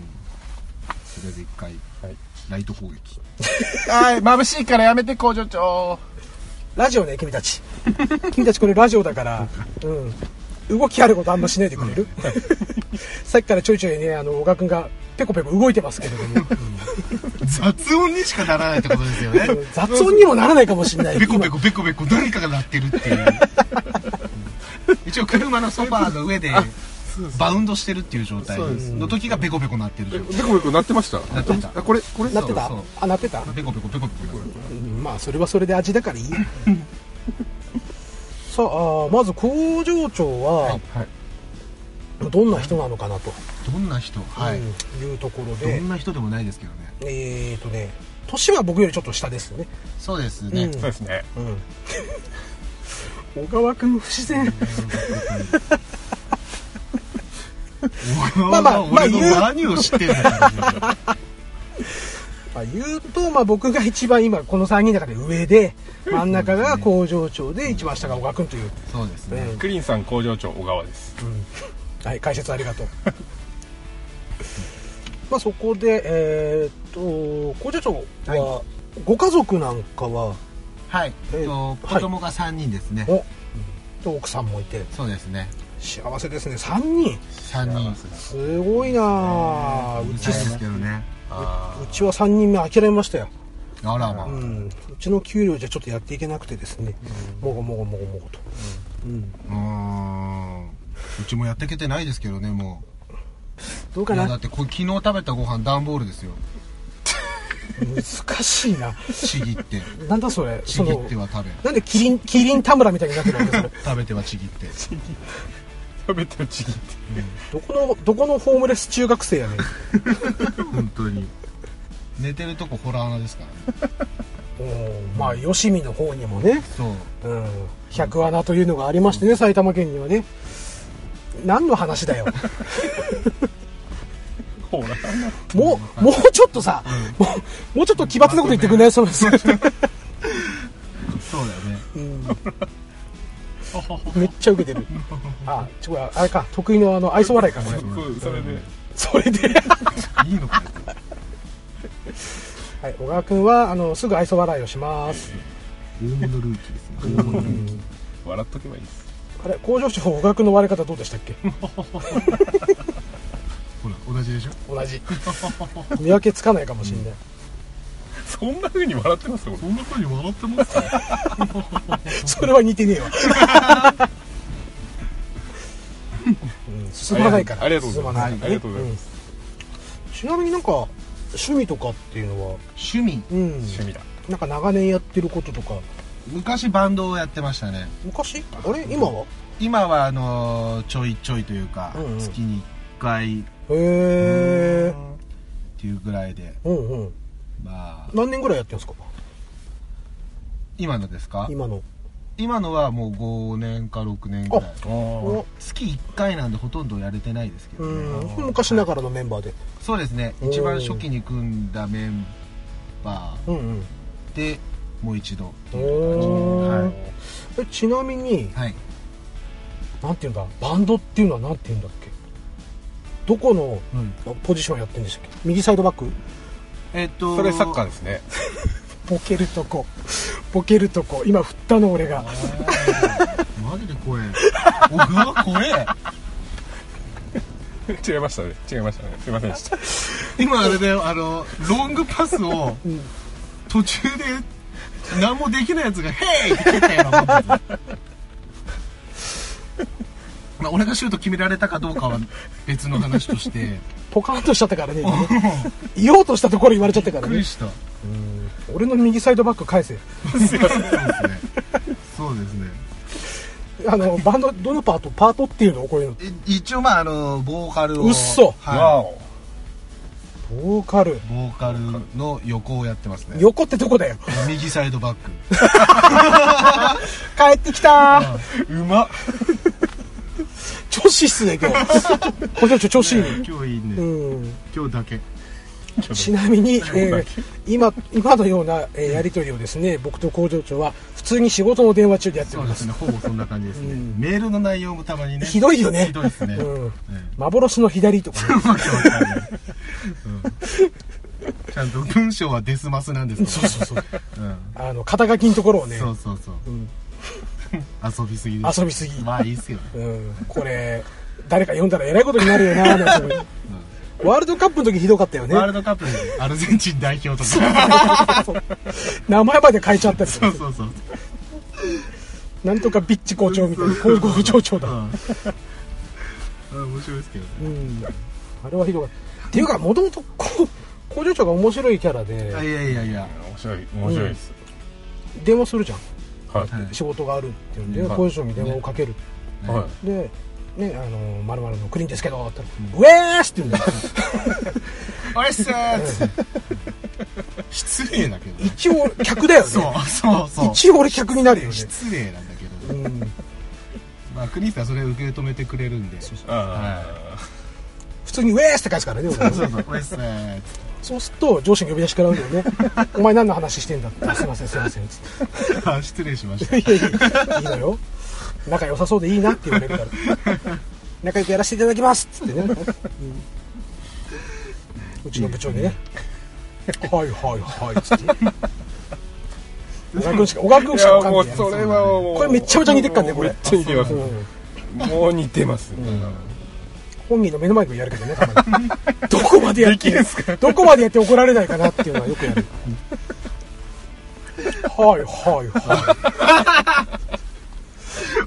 B: それで一回
D: はい
B: ライト攻撃
D: はい、眩しいからやめて工場長
A: ラジオね君たち君たちこれラジオだ から、うん、動きあることあんましないでくれるさっきからちょいちょいねあの小川君がペコペコ動いてますけれども
B: 雑音にしかならないってことですよね
A: 雑音にもならないかもしんない
B: ペコペコペコペコ何かが鳴ってるっていう 一応車のソファーの上でバウンドしてるっていう状態
D: そうです
B: の時がペコペコ鳴ってる状態
D: ペコペコ鳴ってました
B: 鳴ってた
D: あこれこれ
A: なってた
B: そうそう
A: あなってた
B: ペコペコペコペコ
A: うんまあそれはそれで味だからい いやさああーまず工場長は
D: はい
A: どんな人なのかなと
B: どんな人はい、
A: いうところ
B: ど
A: で、
B: んな人でもないですけどね
A: えーとね年は僕よりちょっと下ですよね
B: そうですね、
A: うん
D: そうですね
A: 小川君不自然ま
B: ま
A: あま
B: あま
A: あ
B: あ、
A: まあ
B: 俺の
A: 言う
B: 何を知ってんだよ
A: まあ言うと、まあ、僕が一番今この3人の中で上で真ん中が工場長で一番下が小川君という、
B: そうです
A: う
B: ね、
A: ん
D: クリーンさん工場長小川です
A: はい、解説ありがとうまあそこでえーっと工場長は、
B: は
A: ご家族なんかは
B: はい、
A: え
B: え
A: ー
B: っと
A: はい
B: 子供が3人ですね、
A: おと奥さんもいて
B: そうですね
A: 幸せですね3人
B: 3人
A: すごいなあうち
B: 小さいですけどね
D: あ
A: うちは3人目諦めましたよ、
B: あらまあ、
A: うん、うちの給料じゃちょっとやっていけなくてですね、もごもごもごもごと、うん
B: うーんうちもやってけてないですけどねも
A: どう
B: う
A: か
B: いや
A: な
B: だってこ昨日食べたご飯段ボールですよ
A: 難しいな
B: ちぎって
A: なんだそれ
B: ち
A: そ
B: ぎ
A: の
B: っては食べ
A: なんでキリンキリン田村みたいになってるんですか
B: 食べてはちぎって
D: 食べてるちぎって
A: どこのどこのホームレス中学生やねん
B: 本当に寝てるとこホラー穴ですからね
A: うんまあ吉見の方にもね、
B: そう
A: うん、百穴というのがありましてね埼玉県にはね何の話 だよ
D: ほら
A: もうもうちょっとさ、もうもうちょっと奇抜なこと言ってくんないその
B: そうだよね
A: うんめっちゃ受け てるあちょあれか得意のあの愛想笑いかこれ
D: そうそれで
A: それで
B: いいのかよ
A: はい、小川君はあのすぐ愛想笑いをします、
B: 大物ルーキーですね大物ルーキー
D: 笑っとけばいいです
A: あれ工場長小川君の割れ方どうでしたっけ
B: ほら同じでしょ
A: 同じ 見分けつかないかもしれない、
D: そんな風に笑ってますよ
B: そんな風に笑ってますね
A: それは似てねえわ、 うん進まないから
D: ありがとうご
A: 進
D: ざい
A: ま
D: ます
A: ないからね
D: ありがとうございます
A: うんちなみになんか趣味とかっていうのは
B: 趣味
A: うん
D: 趣味だ
A: なんか長年やってることとか
B: 昔バンドをやってましたね
A: 昔あれ今は
B: 今はあのーちょいちょいというか、
A: うんうん
B: 月に1回
A: へ
B: っ
A: え
B: ていうぐらいで
A: うんうん
B: まあ
A: 何年ぐらいやってるんですか
B: 今のですか
A: 今の
B: 今のはもう5年か6年ぐらい
D: あ
A: お
B: 月1回なんでほとんどやれてないですけど
A: う
B: ね
A: ん昔ながらのメンバーで
B: そうですね
A: おー
B: 一番初期に組んだメンバ
A: うんうん
B: ーでもう一度っていう感じ
A: おー
B: は
A: えちなみに
B: い、はい、
A: なんていうんだバンドっていうのはなんていうんだっけどこの
B: うん
A: ポジションやってるんでしたっけ右サイドバック
B: えっと
D: それサッカーですね
A: ボケるとこボケるとこ今振ったの俺が
B: マジで怖え僕は怖え
D: 違いましたね違いましたねすいませんでした
B: 今あれだよあのロングパスを途中で何もできないやつが「ヘイ!」って蹴ったようなもんだよまあ俺がシュート決められたかどうかは別の話としてびっ
A: ポカンとしちゃった からね今ね言おうとしたところ言われちゃったから
B: くり
A: ね
B: した
A: 俺の右サイドバック返せ
B: すいませんそうですねそうですね
A: あ のバンドどのパートパートっていうのこういう
B: い一応まああのボーカルを
A: うっそ
B: は
D: お
A: のボーカル
B: いボーカルの横をやってますね
A: 横ってとこだよ
B: 右サイドバック
A: 帰ってきた
D: うまっ
A: 調子いいっすね今 日この人調子いいね
B: 今日いいね、
A: うん
B: 今日だけ
A: ちなみ に、えー今今のような、えーやり取りをですね僕と工場長は普通に仕事の電話中でやってお
B: そ
A: り
B: うで
A: ますす
B: ねほぼそんな感じですね、
A: うん
B: メールの内容もたまにね
A: ひどいよね
B: ひどいですね、
A: うん
B: え
A: 幻の左とか、ね、
B: えわけわかんないうんちゃんと文章はデスマスなんですけど そうそうそう、ん、
A: あの肩書きのところをね
B: そうそうそう、
A: ん
B: 遊びすぎです
A: 遊びすぎ、
B: まあいいっすよ
A: うん、これ誰か読んだらえらいことになるよななん てワールドカップの時ひどかったよね
B: ワールドカップでアルゼンチン代表とか
A: 名前まで変えちゃったり
B: そうそうそう
A: なんとかビッチ校長みたいな校校長長だ、
B: うんうん面白いですけどね
A: うん、あれはひどかったっていうかもともと工場長が面白いキャラで、
B: あいやいやいや
D: 面白い面白いです、
A: 電話するじゃん
D: はい
B: はい
A: 仕事があるっていうんで、
D: うん
A: 工場長に電話をかける、
D: は
A: で「ねあのまるの国ですけど」って言ったら「ウェース!」って言うんだよ
B: おいっすー失礼だけどね
A: 一応客だよ
B: そ
A: ね
B: うそうそう
A: 一応俺客になるよね
B: 失礼なんだけ
A: う
B: ど、
A: ん
B: まあ、クリスはそれを受け止めてくれるんでそう
D: いあ
A: 普通に「ウェース!」って返すからね俺
B: そうそうおいっすーっつって
A: そうすると上司に呼び出しからうんだよね「お前何の話してんだ」って「すいませんすいません」つって
B: あ失礼しました
A: いやいやいいのよ仲良さそうでいいなって言われるから仲良くやらせていただきますっつってね、うんうちの部長にねはいはいはいっつって小川君しか小川君
C: い
A: しか
C: や
A: わかん
C: も
A: な
C: う
A: い
C: それはもう
A: これめっちゃめちゃ似てっからねこれ
D: めっちゃ似てます、
A: うん
D: もう似てます、
A: 本人の目の前でもやるけどねたまに どこまでやって
D: できるんすか
A: どこまでやって怒られないかなっていうのはよくやるはいはいは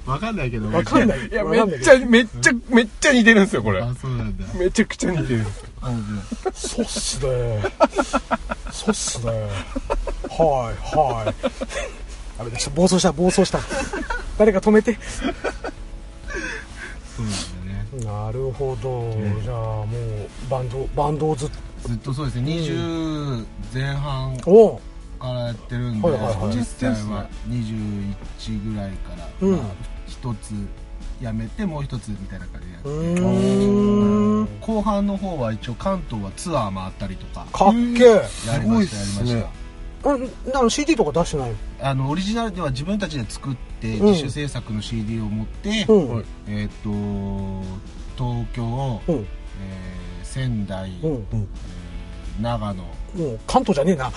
B: わかんないけ ど
A: いわかんない
D: いや
A: わかんな
D: めっ
A: いけ
D: ち
A: ど
D: ゃめっちゃめっちゃ似てるんですよこれ
B: あそうなんだ
D: めちゃくちゃ似てる
B: あの
A: そうっすね。そうっすね。はい、はい。ダメだ、ちょっと暴走した、暴走した。誰か止めて。
B: そうなんだね
A: なるほど。じゃあ、もう、バンド、バンドをずっと。
B: ずっとそうですね20前半
A: おう
B: からやってるんで、
A: はいはいはい
B: 実際は21ぐらいから、
A: うん
B: まあ、一つやめてもう一つみたいな感じでやって
A: うーん。
B: 後半の方は一応関東はツアー回ったりとか
A: かっけえ。
B: やりましたや
D: すごいっす
B: り
D: ね
B: ました
A: うん、なの CD とか出してない
B: あのオリジナルでは自分たちで作って
A: うん
B: 自主制作の CD を持って、
A: うん。
D: はい
B: えっ、と東京、
A: うん。
B: えー仙台、
A: う
B: え
A: ん。
B: ー長野
A: もう、関東じゃねえな。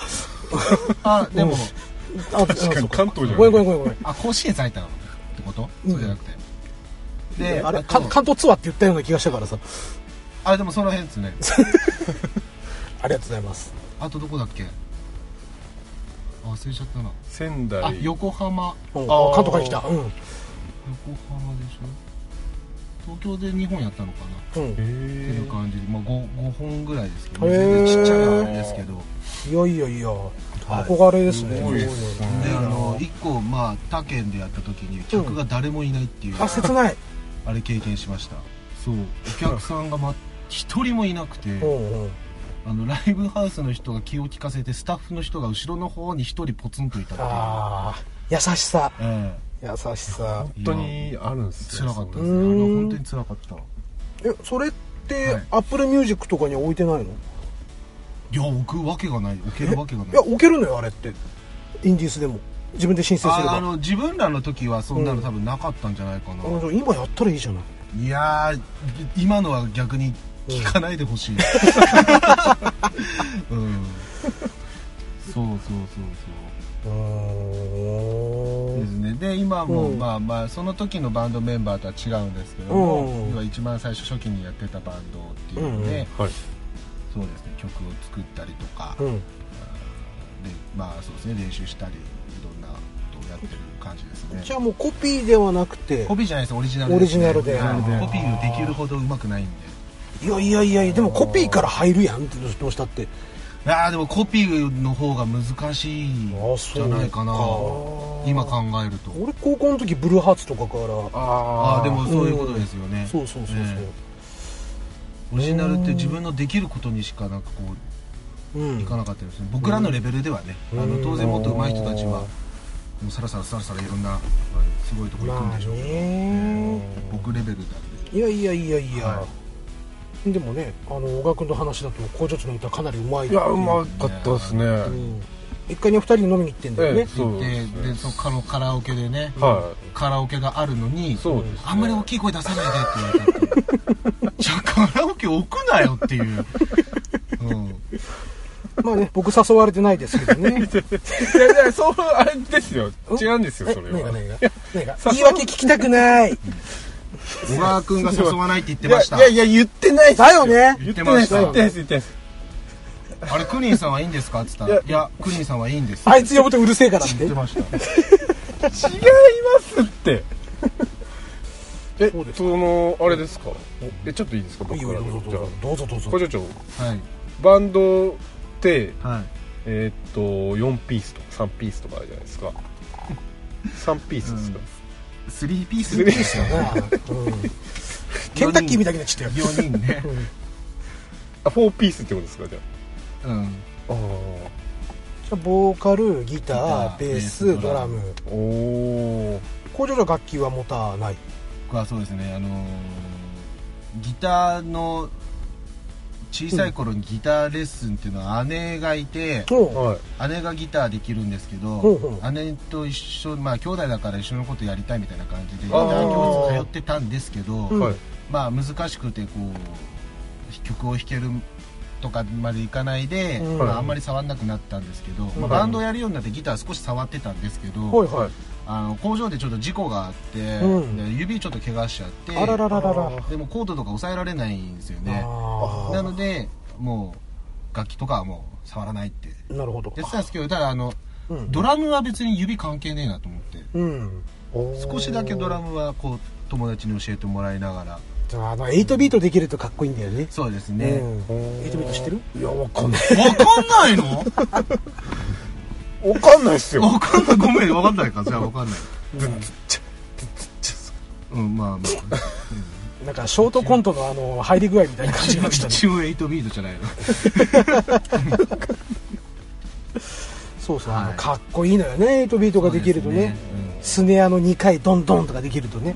B: あでも、
A: うんあ、 確
D: 確かに関東じゃ
A: ご
D: な
A: め
D: い
A: んごめんごめんごめん。
B: あ甲子園埼玉ってこと、
A: うん
B: そうじゃなくて
A: で、あれ、
B: と
A: か関東ツアーって言ったような気がしたからさ。
B: あでもその辺ですね
A: ありがとうございます。
B: あとどこだっけあ忘れちゃったな
D: 仙台
B: あ横浜
A: うん
D: あ
A: あ
D: ー
A: 関東から来た。うん。
B: 横浜でしょ東京で2本やったのかな
A: うん
D: へ。
B: っていう
D: ー
B: 感じで、まあ、5, 5本ぐらいですけど、
A: へー
B: 全然ちっちゃなあれですけど
A: いやいやいや、憧れですね。
D: すごいっすね
B: であの
A: い
B: 1個、まあ、他県でやった時に客が誰もいないっていう、
A: あ、切ない。
B: あれ経験しましたそうお客さんが、ま、一人もいなくて
A: うんうん。
B: あのライブハウスの人が気を利かせてスタッフの人が後ろの方に一人ポツンといたっていう
A: ああ、優しさ、
B: え
A: 優しさ。
D: 本当にあるんで
B: え
D: す
B: 辛かったですねあ
A: う
B: れは
A: ーん
B: 本当に辛かったい
A: え、それって
B: はい、
A: アップルミュージックとかには置いてないのい
B: や置くわけがない置けるわけがない
A: や、置けるのよ、あれって。インディースでも。自分で申請すれ
B: ああ
A: ば。
B: の自分らの時はそんなの多分なかったんじゃないかな、
A: あの今やったらいいじゃない。
B: いやー今のは逆に聞かないで ほしい、うんそうそうそう
A: う
B: そう
A: ー
B: で
A: ん
B: すねで今も、
A: うん
B: まあまあその時のバンドメンバーとは違うんですけども、
A: うん
B: 要は一番最初初期にやってたバンドっていうので、
A: うん
D: はい
B: そうですね曲を作ったりとか、
A: う
B: で
A: ん。
B: まあそうですね練習したりいろんなことをやってる感じですね
A: じゃあもうコピーではなくて
B: コ、ピーじゃないですオリジナルです、ね、
A: オリジナルで
B: はい
A: オリジナルで
B: コピーをできるほどうまくないんで
A: いやいやいやいや、でもコピーから入るやんってどうしたって。
B: いやーでもコピーの方が難しいん
A: あそう
B: じゃないかな
A: か
B: 今考えると
A: 俺高校の時ブルーハーツとかから、
B: あ
D: あ
B: あ
D: あ
B: で
D: で
B: も
D: も
B: そういうことですよね
A: そうそうそう
B: ねオリジナルって自分のできることにしかなんかこ
A: そ
B: う
A: う。うん
B: いかなかったですね僕らのレベルではねあ
A: うん
B: の当然もっと上手い人たちはもうさらさらさらさらいろんなすごいとこ行くんでしょうけど
A: まあね
B: 僕レベルなんで
A: いやいやいやいや、
B: は
A: でもねあの小川君の話だと工場長の歌かなりうまい
D: いやうまかったですね
A: うん一回ね二人で飲みに行ってんだよね、
D: ええそう
B: で
D: ですね
B: でそっからカラオケでね、
D: は
B: カラオケがあるのに
D: いそうですね
B: あんまり大きい声出さないでって言われた ってじゃあカラオケ置くなよっていう、うん、
A: まあね僕誘われてないですけどね
D: いやいやそうあれですよ違うんですよそれ
A: え何が
D: は
A: 何が何が言い訳聞きたくない
B: 小川君が誘わないって言って
D: い
B: ま
D: や
B: した
D: いやいや言ってないっす
A: だよね
D: 言ってないです
B: 言っ
D: 言って
B: ま
D: てないです言ってないです
B: あれクニーさんはいいんですかって言ったら「いやクニーさんはいいんです」って
A: あいつ呼ぶとうるせえからっ
B: 言
A: て
B: ってました
D: 違いますってえ
A: そうですか
D: そのあれですかえちょっといいですか
A: いい
D: 僕
A: よ
D: から
A: どう
D: の
A: ぞ
D: じゃあ
A: どうぞどうぞど
D: 工
A: うぞ
D: 場長
B: はい
D: バンドって
B: はい
D: えーっと4ピースとか3ピースとかあるじゃないですか3ピースですか、
B: スリーピース
D: スリーピー
B: ス
A: ああうんケンタッキーみたいになっちゃったよ
B: 4人ね
D: あ4ピースってことですかじゃ
B: うん
D: ああ
A: ボーカルギタ
B: ギター
A: ーベー
B: ベー
A: ス
B: ス
A: ドラム
D: あおー
A: 工場の楽器は持たない
B: 僕はそうですねあのーギターの小さい頃にギターレッスンっていうのは姉がいて
A: おう
D: はい
B: 姉がギターできるんですけど、
A: ほうほう
B: 姉と一緒まあ兄弟だから一緒のことやりたいみたいな感じでギタ
D: あー
B: ー教室通ってたんですけど、
A: うん
D: はい
B: まあ難しくてこう曲を弾けるとかまでいかないで、
A: うん
B: まあ、あんまり触んなくなったんですけど、まあ、バンドやるようになってギター少し触ってたんですけど、
A: はい
D: はい
B: あの工場でちょっと事故があって、
A: うん
B: で指ちょっと怪我しちゃって
A: あららららら
B: でもコードとか抑えられないんですよね
A: あ
B: なのでもう楽器とかはもう触らないって
A: あなるほど
B: やってたんですけどただあの
A: うん
B: ドラムは別に指関係ねえなと思って
A: うん
D: おー
B: 少しだけドラムはこう友達に教えてもらいながら
A: あの8ビートできるとかっこいいんだよね
B: そうです
A: ね
B: ね、
A: う
D: お
A: ん
D: ー
A: 8ビート知ってる
D: いやわかんない
B: わかんないの
D: わかんないっす よ
B: わかんないごめんわかんないかじゃあわかんないうんまあまあ
A: なんかショートコントのあの入り具合みたいな感じがしたね
B: 一応8ビートじゃないの
A: そうそう、
B: はい
A: あのかっこいいのよね8ビートができるとね
B: そうですね
A: スネアの2回ドンドンとかできるとね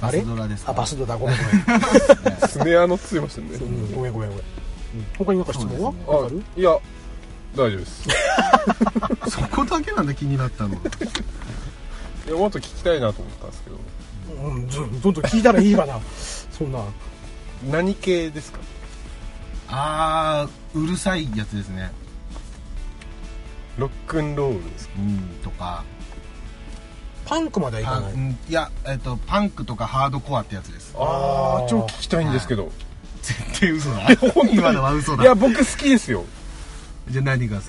A: あれ
B: バスドラですか
A: あバスドラごめん
D: スネアのついましたね
A: ごめん、うんごめんごめんごめん、他に何か質問は、
B: そうです
A: わか
D: あ
A: る
D: いや大丈夫です
B: そこだけなんだ気になったの
D: いやもっと聞きたいなと思ったんですけど
A: うんずどんどん聞いたらいいかなそんな
D: 何系ですか
B: あーうるさいやつですね
D: ロックンロールですか
B: うんとか
A: パンクまではい
B: パ
A: か
B: ン
A: ない
B: うんいや、えっと、パンクとかハードコアってやつです
A: あ
D: あ
A: ー
D: あ超聞きたいんですけど
B: 絶対嘘だ今のは嘘
D: い
B: だ
D: や僕好きですよ
B: じゃあ何が好き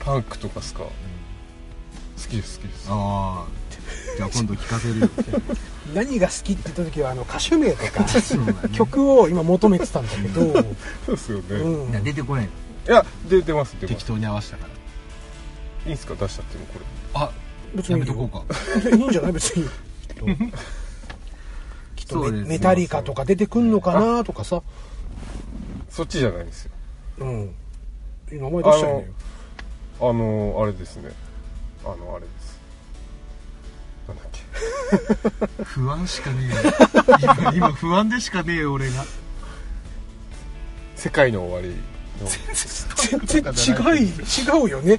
D: パンクとかっすか好きです好きです
B: ああじゃあ今度聞かせるよ
A: 何が好きって言った時はあの歌手名とか
B: そうだね
A: 曲を今求めてたんだけど、
D: そうですよね、
A: う
D: い
A: ん
B: いや、出てこない
D: や出てます出てま
B: 適
D: す
B: 当に合わせたから
D: いいんすか出しちゃってもこれ
B: あ
A: 別
B: や
A: にい
B: め
A: い
B: とこう
A: よ
B: か
A: いいんじゃない別にきっと
B: そうです
A: メ
B: ね
A: メタリカとか出てくんのかなとかさ、
D: そっちじゃないんですよ
A: うん、名前出しちゃいなよ
D: あのあれですねあのあれですなんだっけ
B: 不安しかね えよ今今不安でしかねえよ俺が
D: 世界の終わりの
A: 全然違い違うよね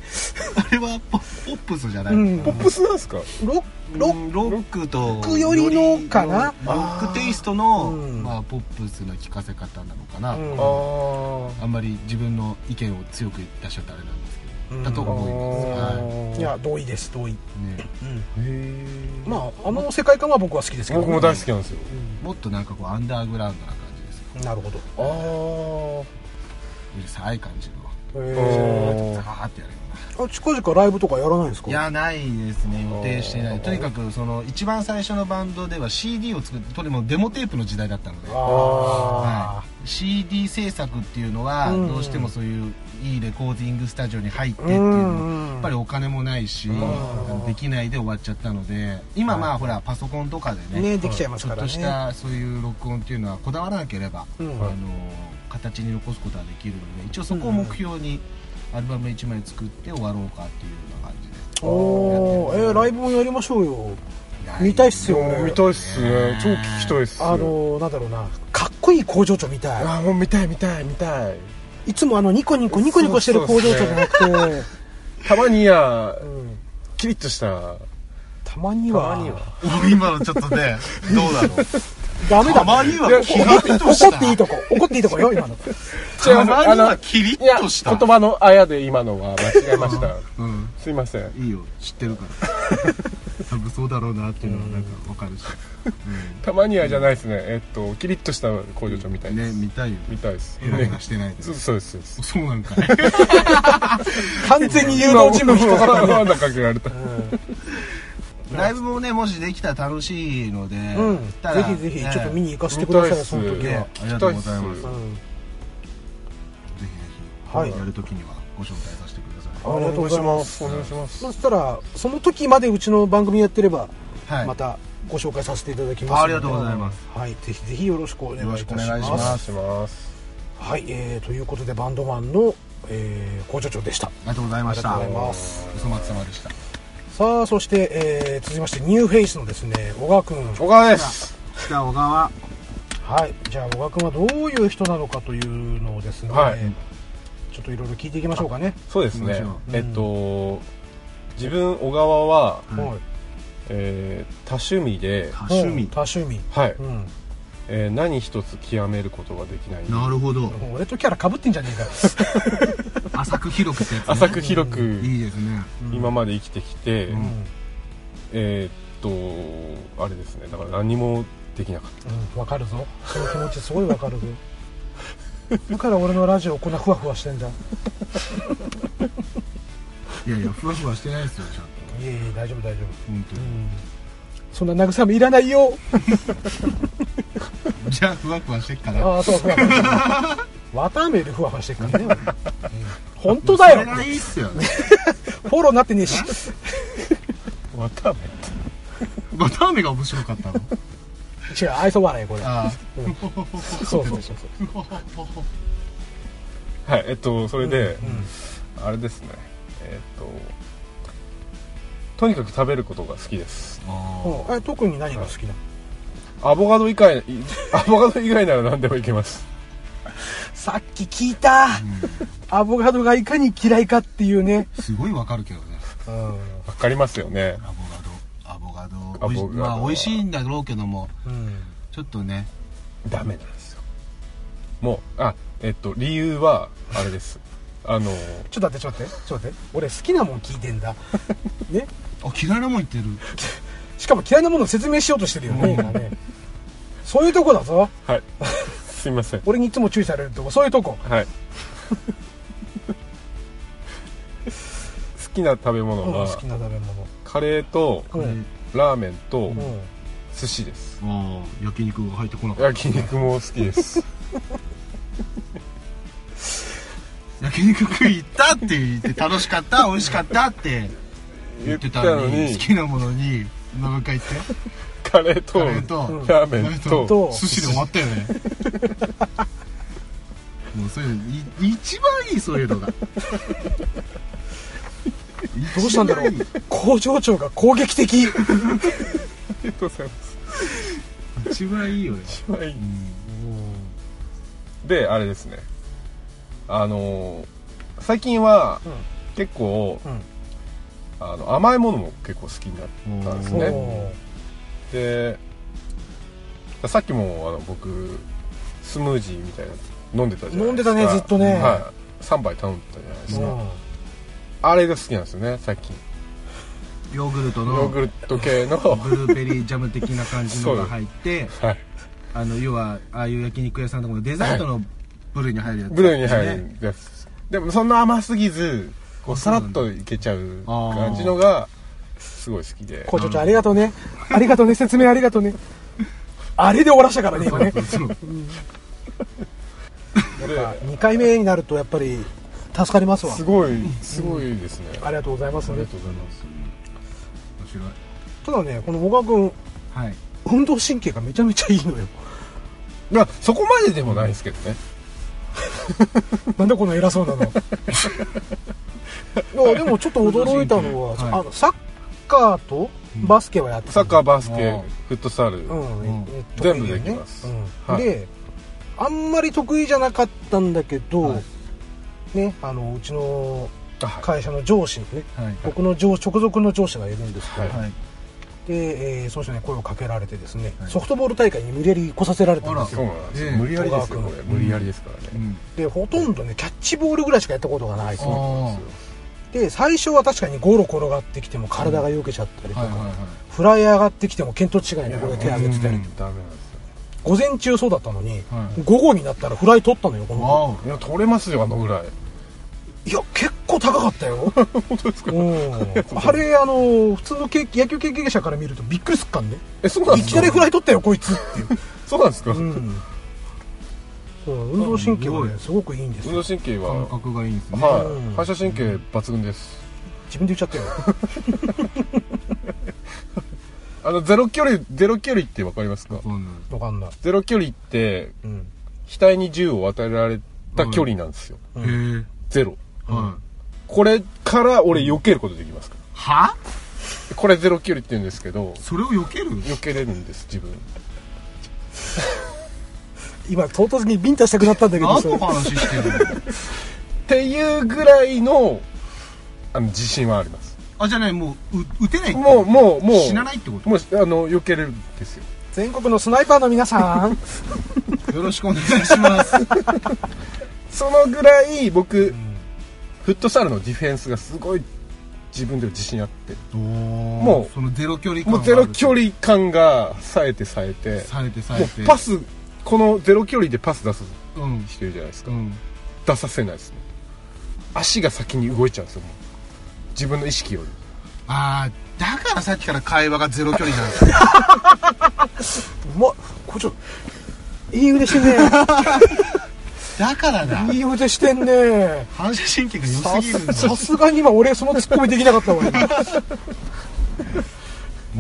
B: あれはポポップスじゃない、
A: うん
D: ポップスなんすか
A: ロロッ
B: うんロックと
A: クよりのかな
B: ロックテイストの
A: うん
B: まあ、ポップスの聴かせ方なのかな、
A: うん
D: あー
B: あんまり自分の意見を強く出しちゃったあれなんですけど、
A: うん
B: だと
D: あ
B: 思います、はい
D: ー
A: いや同意です同意、
B: ね、
D: へえ
A: まああの世界観は僕は好きですけど
D: 僕も大好きなんですよ
B: もっとなんかこうアンダーグラウンドな感じです
A: なるほど
D: あー
B: うるさい感じの
D: ー
B: ザーってやるような
A: あ近々ライブとかやらないんですか
B: いやないですね予定してない
D: あー
B: とにかくその一番最初のバンドでは CD を作ってとにもうデモテープの時代だったので、
A: あ
B: は
A: あ
B: い、CD 制作っていうのは
A: うん
B: どうしてもそういういいレコーディングスタジオに入ってっ
A: う
B: ていうのは
A: ん
B: やっぱりお金もないしできないで終わっちゃったので今まあほらパソコンとかでね
A: ねできちゃいま
B: ち
A: す
B: ょ
A: か
B: っ
A: ら
B: と
A: ね
B: したそういう録音っていうのはこだわらなければ、
A: うん
B: あの形に残すことはできるので一応そこを目標にアルバム1枚作って終わろうかっていうような感じで
A: おおえーライブもやりましょうよ
B: や
A: 見たいっすよ
D: もう見たいっすね超聞きたいっす
A: あのなんだろうなかっこいい工場長みたい
D: あもう見たい見たい見たい
A: いつもあのニコニコニコニコしてる工場長じゃなくて、
D: たまにや
A: うん
D: キリッとした
A: たまに
D: た
A: は
D: まには
B: 今のちょっとねどうだろう
A: ダメだ
B: たまにはキリッとし
A: 怒
B: た
A: っていいとこ怒っていいと こよ今の
B: たまに
D: あ
B: は
D: の
B: キリ
D: いや
B: ッとした
D: 言葉のあやで今のは間違えました
B: うん
D: すいません
B: いいよ知ってるから 多分そうだろうなっていうのはなんかわかるし、
D: たまにはじゃないですねえっとキリッとした工場長みたいで
B: ね
D: す
B: 見たいよ
D: 見たいです
B: エラエラしてないで
D: そうそうですそうです
B: そうなんかい
A: 完全に誘導尋問引っかかったね
D: 罠かけられた
B: ライブもねもしできたら楽しいので、
A: うん
B: 来たら
A: ぜひぜひ
B: ね
A: ちょっと見に行かせてくださ
D: 見たい
A: い
D: っす
A: その時は
B: ねありがとうございます
A: うん
B: ぜひぜひ、
A: はい
B: やるときにはご招待させてください
A: ありがとうございます
D: お願いします
A: そしたらその時までうちの番組やってれば
B: はい、
A: またご紹介させていただきますので
B: あありがとうございます
A: はいぜひぜひよろしくお願いいたします
B: よろしくお
D: お
B: 願
D: 願いします
A: はい、えーということでバンドマンの、えー工場長でした
B: ありがとうございました
A: ありがとうございます
B: 嘘松様でした
A: さあそして、えー続きましてニューフェイスのですね小川君
D: 小川です
B: 北小川
A: はいじゃあ小川君はどういう人なのかというのをですね、
D: はい
A: ちょっといろいろ聞いていきましょうかね
D: そうです
B: もち
D: ね
B: ろん
D: えっと自分小川は
B: うん
A: はい
D: えー多趣味で
B: 多趣
A: うん
B: 味
A: 多趣味
D: はい
A: うん
D: えー何一つ極めることができない
B: なるほど
A: もう俺とキャラ被ってんじゃねえか よ
B: 浅く広くってやつ、ね、
D: 浅く広く
B: いいですね
D: 今まで生きてきて、
B: うん
A: うん
D: えーっとあれですねだから何もできなかっ
A: うんわかるぞその気持ちすごいわかるぞだから俺のラジオこんなふわふわしてんだい
B: いやいやふわふわしてないですよちゃんと
A: えいえ大丈夫大丈
B: 本当
A: 夫、う
B: に
A: ん、そんな慰めいらないよ
B: じゃあふわふわしてっから
A: ああそうふわふわしてる綿めで ふわふわしてるからね俺うん本当だよ
B: それがいいっすよね
A: フォローになってねえした
D: わたあ
B: わたあめが面白かったの
A: 違う愛想笑いこれ
B: あ
A: そうそうそうそう
D: はいえっとそれで、
A: うん
D: あれですねえっととにかく食べることが好きです
B: あ
A: うんえ特に何が好きなの
D: アボカド以外いアボカド以外なら何でもいけます
A: さっき聞いたアボカドがいかに嫌いかっていうね
B: すごいわかるけどね
A: うん
D: わかりますよね
B: アボカドアボカド
D: アボカド
B: おいしまあ美味しいんだろうけども
A: うん
B: ちょっとね
D: ダメなんですよもうあえっと理由はあれですあの
A: ちょっと待ってちょっと待ってちょっと待って俺好きなもん聞いてんだね
B: あ嫌いなもん言ってる
A: しかも嫌いなものを説明しようとしてるよね今ねそういうとこだぞ
D: はい すいません
A: 俺にいつも注意されるとこそういうとこ
D: はい好きな食べ
A: うん
D: 物は、
A: 好きな食べ物
D: カレーと
A: うん
D: ラーメンと
A: うん
D: 寿司です
B: ああ焼肉が入ってこなかった
D: 焼肉も好きです
B: 焼肉食い行ったって言って楽しか った美味しかったって言ってたのに好きなものに何回言って
D: カレーと
B: カレーと
D: ラーメン
B: ラーメン
D: と
A: と
B: 寿司で終わったよ ねもうそういうのい一番いいそういうのがど
A: どうしたんだろう 工場長が攻撃的
D: ありがとうございます
B: 一番いいよね
D: はいであれですねあのー最近は
A: うん
D: 結構、
A: うん
D: あの甘いものも結構好きになったんです
A: お
D: ね
A: ー
D: でさっきもあの僕スムージーみたいなの飲んでたじゃないですか
A: 飲んでたねずっとね
D: はい、3杯頼んでたじゃないですか、
A: うん
D: あれが好きなんですよね最近
B: ヨーグルト
D: ヨー
B: の
D: グルト系 の、
B: ブルーベリージャム的な感じのが入って
D: はい、
B: あの要はああいう焼肉屋さんとかのデザートのブルーに入るやつ、
D: ブルーに入
B: ね
D: るやつでもそんな甘すぎずこうさらっといけちゃう感じのがすごい好きで
A: 工場長ありがとうねありがとうね説明ありがとうねあれで終わらしたからね 今ね
B: そうそう
D: で
A: 2回目になるとやっぱり助かりますわ
D: すごいすごいですね、
A: ありがとうございます
D: あり
A: ね
D: がとうございます
B: 面白い
A: ただねこの小川君
B: はい
A: 運動神経がめちゃめちゃいいのよ
D: まあそこまででもないですけどね
A: なんでこの偉そう なのいやでもちょっと驚いたのは、
B: はい
A: あのサッカーとバスケはやってた
D: サッカーバス
B: う
D: ケ
B: ん
D: フットサル、
A: うん、
B: うん
A: 得意
D: 全部
A: だよ
D: でき
A: ね
D: ます
A: うん
D: はい
A: であんまり得意じゃなかったんだけど、
B: はい
A: ねあのうちの
D: あはい
A: 会社の上司ね、
B: はい
A: 僕の上直属の上司がいるんですけど、
B: はい
A: で、えー、その人に声をかけられてですね、
B: はい
A: ソフトボール大会に無理やり来させられたんです
D: そう
A: よ
D: なんですよ、
B: ええ
D: 無理やりですよ
A: 戸川
D: こ
A: 君
D: れ無理やりですからね、
B: うん
A: でほとんどねキャッチボールぐらいしかやったことがない
B: そうなんで
A: で最初は確かにゴロ転がってきても体がよけちゃったりと
B: は
A: か、
B: いはいはい
A: フライ上がってきても見当違いにこれ手
D: や
A: 上げてたり、
B: うん
D: ダメなんですよ
A: 午前中そうだったのに、
B: はい
A: 午後になったらフライ取ったのよこの子
B: わお
D: いや取れますよあのぐらい
A: いや結構高かったよ
D: 本当ですか
A: うんあれあの普通のけ野球経験者から見るとびっくりすっかんね
D: えそうなん
A: い
D: ですか
A: きなりフライ取ったよこいつっていう
D: そうなんですか、
A: うんそう運動神経はねすごくいいんです
D: 運
A: よ
D: 動神経は
B: 感覚がいいんですね
D: はい、
A: うん
D: 反射神経抜群です
A: 自分で言っちゃったよ
D: あのゼロ距離ゼロ距離ってわかりますか
B: そうなんです
A: わかんない
D: ゼロ距離って
A: うん
D: 額に銃を与えられた距離なんですよ、
A: うん
B: へえ
D: ゼロ
B: は
D: これから俺避けることできますか
B: いは
D: らこれゼロ距離って言うんですけど
B: それを避ける
D: 避けれるんです自分
A: 今唐突にビンタしたくなったんだけど
B: 何
A: そ
B: の
A: れ
B: 話してるの
D: っていうぐらいのあの自信はあります
B: あじゃないもうう打てないってこと
D: もうもうもう
B: 死なないってこと
D: もうあの避けれるんですよ
A: 全国のスナイパーの皆さん
B: よろしくお願いし ます。
D: そのぐらい僕、フットサルのディフェンスがすごい自分でも自信あって
B: も
D: う
B: そのゼロ距離感
D: もうゼロ距離感が冴えて冴えて
B: されてさ
D: も
B: れて。
D: うパスこのゼロ距離でパス出す
B: うん。
D: 人いるじゃないですか、
B: うん。
D: 出させないですね足が先に動いちゃうんですよもう自分の意識より
B: ああ、だからさっきから会話がゼロ距離なんですね
A: うまっこれちょっといい腕してんね
B: だからだ。
A: いい腕してんね
B: 反射神経が良
A: さ
B: すぎるんだ。
A: さすがに今俺そのツッコミできなかったわ今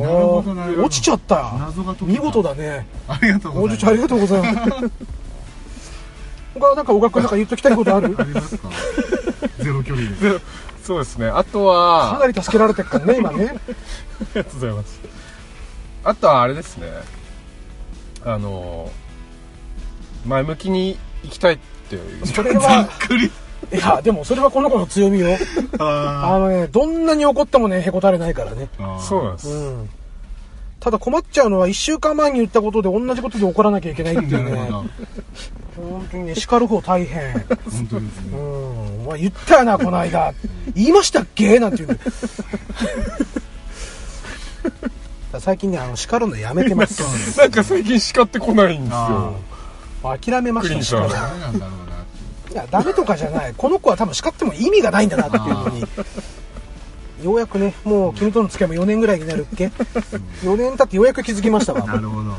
B: なるほどなるほど。
A: 落ちちゃった
B: 謎が解けた
A: 見事だね
B: ありがとう
A: お
B: ござ
A: じ
B: い
A: ちゃんあ
B: ま
A: り
B: す。
A: がとうございます他なんか小川君なんか言っときたいことあ る
B: ありますか。ゼロ距離で。
D: そうですねあと
A: か
D: は
A: なり助けられてるからね今ね
D: ありがとうございますあとはあれですねあの前向きに行きたいっていう
A: それは
B: 距離。
A: いやでもそれはこの子の強みよ
B: あ
A: あのねどんなに怒ってもねへこたれないからね
B: あ。
D: そうなんで
A: う
D: す
A: んただ困っちゃうのは1週間前に言ったことで同じことで怒らなきゃいけないってい
B: な
A: う
B: る
A: ね
B: ほど。
A: 本当にね叱る方大変
B: 本当です
A: う
B: ね。
A: んお前言ったよなこの間言いましたっけなん て言うんだよ最近ねあの叱るのやめてます
D: なんか最近叱ってこないんです
B: あ
D: よ
A: もう諦めました
D: クリーンさん
A: 叱る
B: ダメなんだろうなっていう。
A: いやダメとかじゃないこの子は多分叱っても意味がないんだなっていうのに ようやくねもう君との付き合いも4年ぐらいになるっけ4年経ってようやく気づきました
B: な
A: わ
B: るほど。
A: うん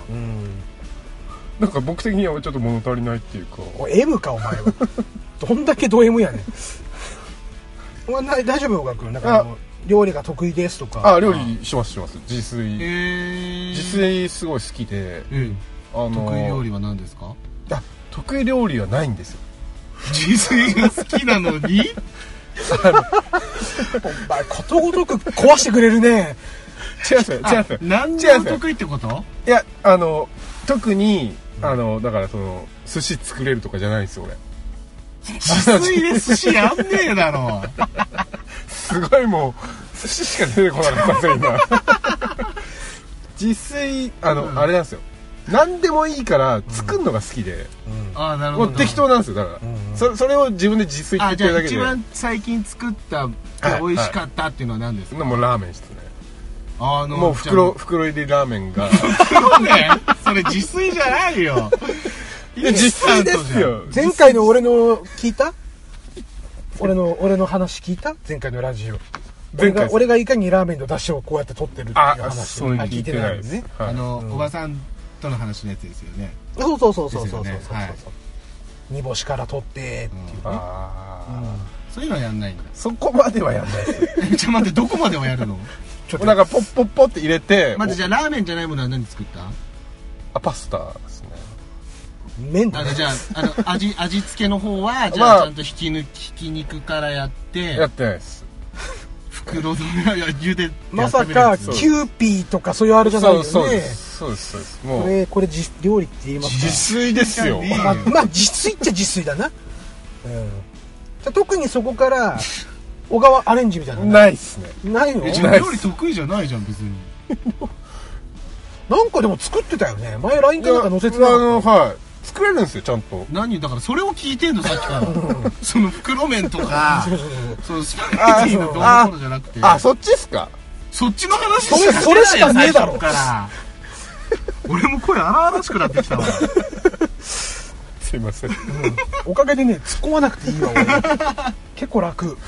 D: なんか僕的にはちょっと物足りないっていうか
A: おい M かお前はどんだけド M やねんお前な大丈夫岡君なんかあの料理が得意ですとか
D: あ料理しますします自炊
B: え
D: 自。炊すごい好きで
B: うん。
D: あの
B: 得意料理は何ですか。
D: あ得意料理はないんですよ
B: 自炊が好きなの に。
A: お前ことごとく壊してくれるね
D: 違うんですよ違うんですよ
B: 何
D: 違
B: で
D: うん
B: も
D: ですよ
B: 得意ってこと？
D: いやあの特にあのだからその寿司作れるとかじゃないんですよ俺
B: 自炊で寿司やんねえだろ
D: すごいもう寿司しか出てこなかったんですよ今自炊あの、
B: うん
D: あれなんですよ何でもいいから作るのが好きで、
B: ああなる
D: もう適当なんですよだから、
A: うん
D: そそれを自分で自炊
B: あ
D: って
B: じゃ
D: 言
B: あ
D: ってるだけ
B: 一番
D: で
B: 最近作った美味しかったっていうのは何ですか、
D: もうラーメンですね
B: あの
D: もう袋袋入りラーメンが
B: 袋ねそれ自炊じゃないよ
D: いや自炊ですよ
A: 前回の俺の聞いた俺の俺の話聞いた前回のラジオ
D: 前回
A: 俺が俺がいかにラーメンの出汁をこうやって取ってるっていう
D: あ
A: 話
D: そういうの聞いてないです
A: あ聞いね
D: はい
B: あの、おばさんとの話のやつですよね
A: そうそうそうそうそうそうそう
B: ですよねはい
A: 煮干しから取ってっていう、
D: あー
B: そういうのはやんないんだ
D: そこまではやんないですよ
B: じゃあ待ってどこまではやるの
A: ちょっと
D: なんかポッポッポって入れて
B: 待ってじゃあラーメンじゃないものは何作った
D: あパスタですね
A: 麺
B: あ
A: だ
B: の
A: ね
B: じゃああの味 味付けの方はじ
D: ま
B: ゃあ
D: あ
B: ちゃんとひきぬひき肉からやって
D: やってないです
B: 黒染めは 茹でて
A: まさ
B: 温めるや
A: か
B: つ
A: キューピーとかそういうあれじゃない
D: そ
A: よ
D: うそうで
A: ね
D: すそうですそうです
A: こ
D: もう
A: れこれ自料理って言います
D: 自
A: か
D: 炊ですよ
A: まあ、まあ自炊っちゃ自炊だな、うん、じゃあ特にそこ から小川アレンジみたいなの
D: ないっすね
A: ないの
B: えじゃ
D: な
B: あ
D: いです
B: 料理得意じゃないじゃん別に
A: なんかでも作ってたよね前 LINE かなんか載せて
D: い
A: な
D: やあの
A: かっ
D: はい作れるんですよちゃんと
B: 何だからそれを聞いてんのさっ きからその袋麺とか
A: たそうそうそう
B: そのスパゲティのどうのこうのじゃなくて
D: あそっちっすか
B: そっちの話
A: それ
B: してないよ
A: それしかねえだろ
B: 最初から俺も声荒々しくなってきたわ
D: すいません
A: おかげでね突っ込まなくていい わ俺結構楽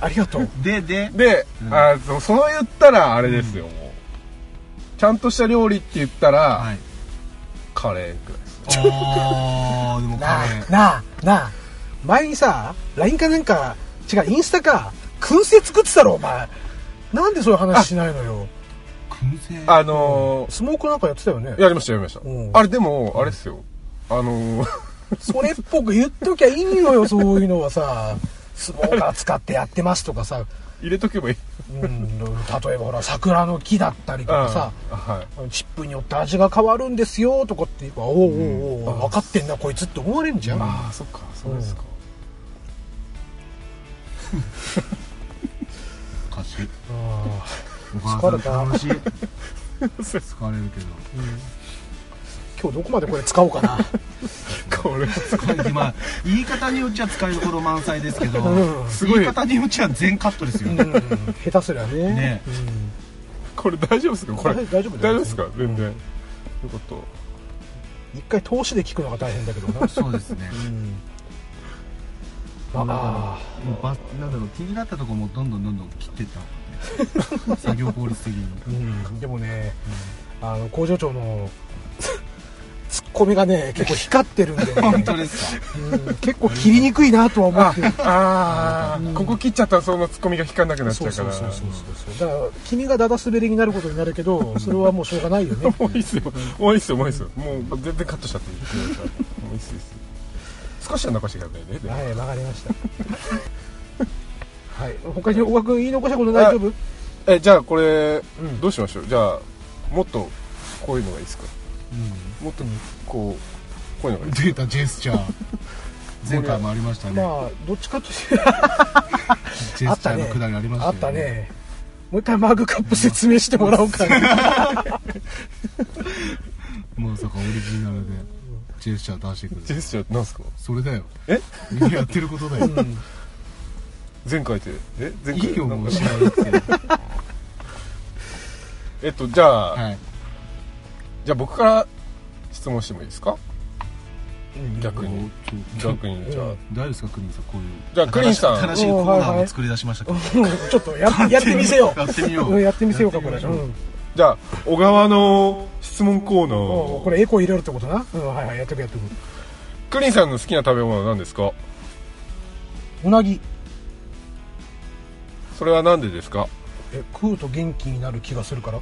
A: ありがとう
B: でで
D: で、あそその言ったらあれですよ、もうちゃんとした料理って言ったら、
B: はい
D: カレーくらいです
B: あーでもカ
A: な
B: レ
A: あなあなあ前にさ LINE かなんか違うインスタか燻製作ってたろお前なんでそういう話しないのよ
B: ー燻製
D: あの
A: スモークなんかやってたよね
D: ーやりましたやりました、
A: うん
D: あれでもあれですよあのー
A: それっぽく言っときゃいいのよそういうのはさスモーカー使ってやってますとかさ、
D: 入れとけばいい
A: うん、例えばほら桜の木だったりとかさ、
D: うんはい
A: チップによって味が変わるんですよとかって言えばおうおうおう分かってんなこいつって思われるじゃん、
D: ああそっかそうですか、
B: おかしい
A: あー
B: お母さ
A: 疲
B: ん楽しい疲れるけど
A: 今日どこまでこれ使おうかな
D: これす
B: 疲れてまあ言い方によっちゃ使いどころ満載ですけど
A: うん
D: ご
B: 言い
D: い
B: 方によっちゃ全カットですよ
A: うん 下手すりゃね
B: ね
A: うん
D: これ大丈夫ですかこれ
A: 大大丈夫だよ
D: 大丈夫ですか全然よかった
A: 一回投資で聞くのが大変だけどな、
B: そうですね
A: うんあ
B: もうばなんだろう気になったとこもどんどんどんどん切ってった方がね作業効率的に
A: あうんでもね、あの工場長の ツッコミがね結構光ってるんで ね、
B: 本当ですか
A: うん結構切りにくいなとは思ってる
D: ああ、ここ切っちゃったらそのツッコミが引かなくなっち
A: そう
D: ゃうか
A: そうそ
D: ら
A: うそうそうだから君がダダ滑りになることになるけどそれはもうしょうがないよね
D: もういいっすよ。もういいっすよ、もういいっすよ。もう全然カットしちゃっていい。もういいっすよいいっすよ。少しは残してくださいね。で
A: はいわかりま したはい他に小川君言い残したこと大丈夫
D: え、じゃあこれ、
A: ん
D: どうしましょう。じゃあ、もっとこういうのがいいですか。もっとこう、こういうのがいいです
B: 出たジェスチャー前回もありましたね、
A: まあどっちかというと
B: ジェスチャーのくだりありまし
A: あ
B: た
A: った
B: よ
A: ねもう一回マグカップ説明してもらおうかな
B: まさかオリジナルでジェスチャー出してく
D: ジ
B: る
D: ェスチャーなんすか
B: それだよ
D: え
B: やってることだよ
D: 前回って、え前
B: い
D: 回
B: いよ
D: なん
B: も
D: か
B: う知らなくて
D: えっと、じゃあ、
B: はい
D: じゃあ僕から質問してもいいですか逆
B: も
D: に
B: う。ちょ
D: 逆に、じゃあ。
B: 大丈夫ですかクリンさんこういう
D: じゃあクリンさん
B: 新しい新しいコーナーを作り出しましたけど
A: ちょっとややってみせよ
B: やってみよ
A: う
B: うん
A: やってみせようかこれ、
B: やっ
A: う
B: てみましょ
A: ん、
D: じゃあ、小川の質問コーナ
A: おうこ
D: ー。
A: れエコー入れるってことな、うん、はいはいやってくやってく
D: クリンさんの好きな食べ物は何ですか
A: うなぎ
D: それは何でですか
A: え食うと元気になる気がするから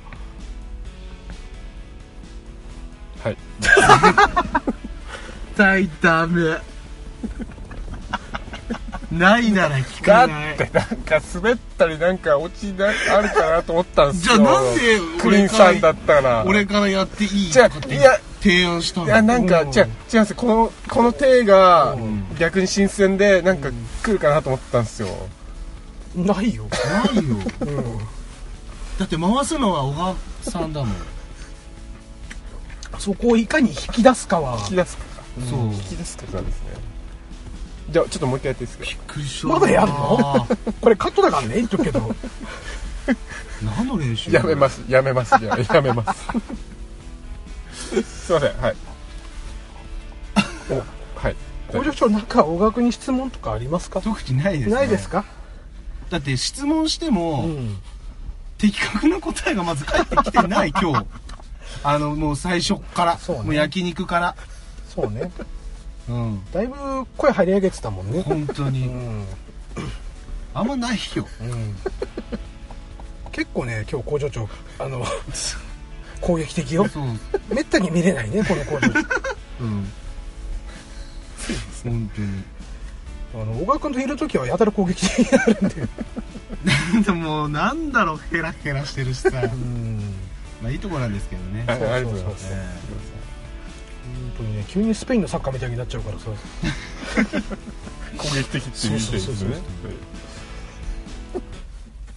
D: はい。
B: 絶対ダメ ないなら聞
D: だ
B: か
D: っ
B: ない
D: てなんか滑ったりなんか落ちなあるかなと思ったんです
B: じ
D: よ
B: ゃあなんで
D: クリ
B: 俺
D: ンさ
B: か
D: んだ
B: ら
D: ったら
B: 俺
D: い
B: からやっていい
D: じゃあ
B: とかって
D: いや
B: 提案したの
D: やなんか
A: うん
D: 違う違うんですよこのこの手が逆に新鮮でなんか来るかなと思ったんですよ
A: ないよ、
B: ないよ
A: うん、
B: だって回すのは小川さんだもん、
A: そこをいかに引き出すかは
D: 引き出すか
B: そう
D: 引き出すかなんですねじゃあちょっともう一回やっていいですか
B: びっくりした
A: まだやんの
B: あー
A: これカットだからね言っとくけ ど
B: 何の練習
D: やめますやめますじゃあやめます すいませんはいおはい
A: 工場長なんか小川君に質問とかありますか
B: 特にないです、ね、
A: ないですか、
B: だって質問しても、
A: うん、
B: 的確な答えがまず返ってきてない今日あのもう最初から
A: そうね
B: もう焼肉から
A: そうね
B: うん
A: だいぶ声張り上げてたもんね
B: 本当
A: う
B: に
A: ん、
B: あんまないよ
A: うん、結構ね今日工場長あ の攻撃的よ
B: そう
A: めったに見れないねこの工場長
B: うん本当に
A: あの小川君といる時はやたら攻撃的になるんで
B: でもうなんだろうヘラヘラしてるしさ
A: うん
B: まあいいとこなんですけどね、
D: はいありがとうござい
A: そう
D: ま
A: そ
D: す
A: うそう
B: え
A: 本当にね急にスペインのサッカーみたいになっちゃうからさ
D: 攻撃的っていう意見ですよね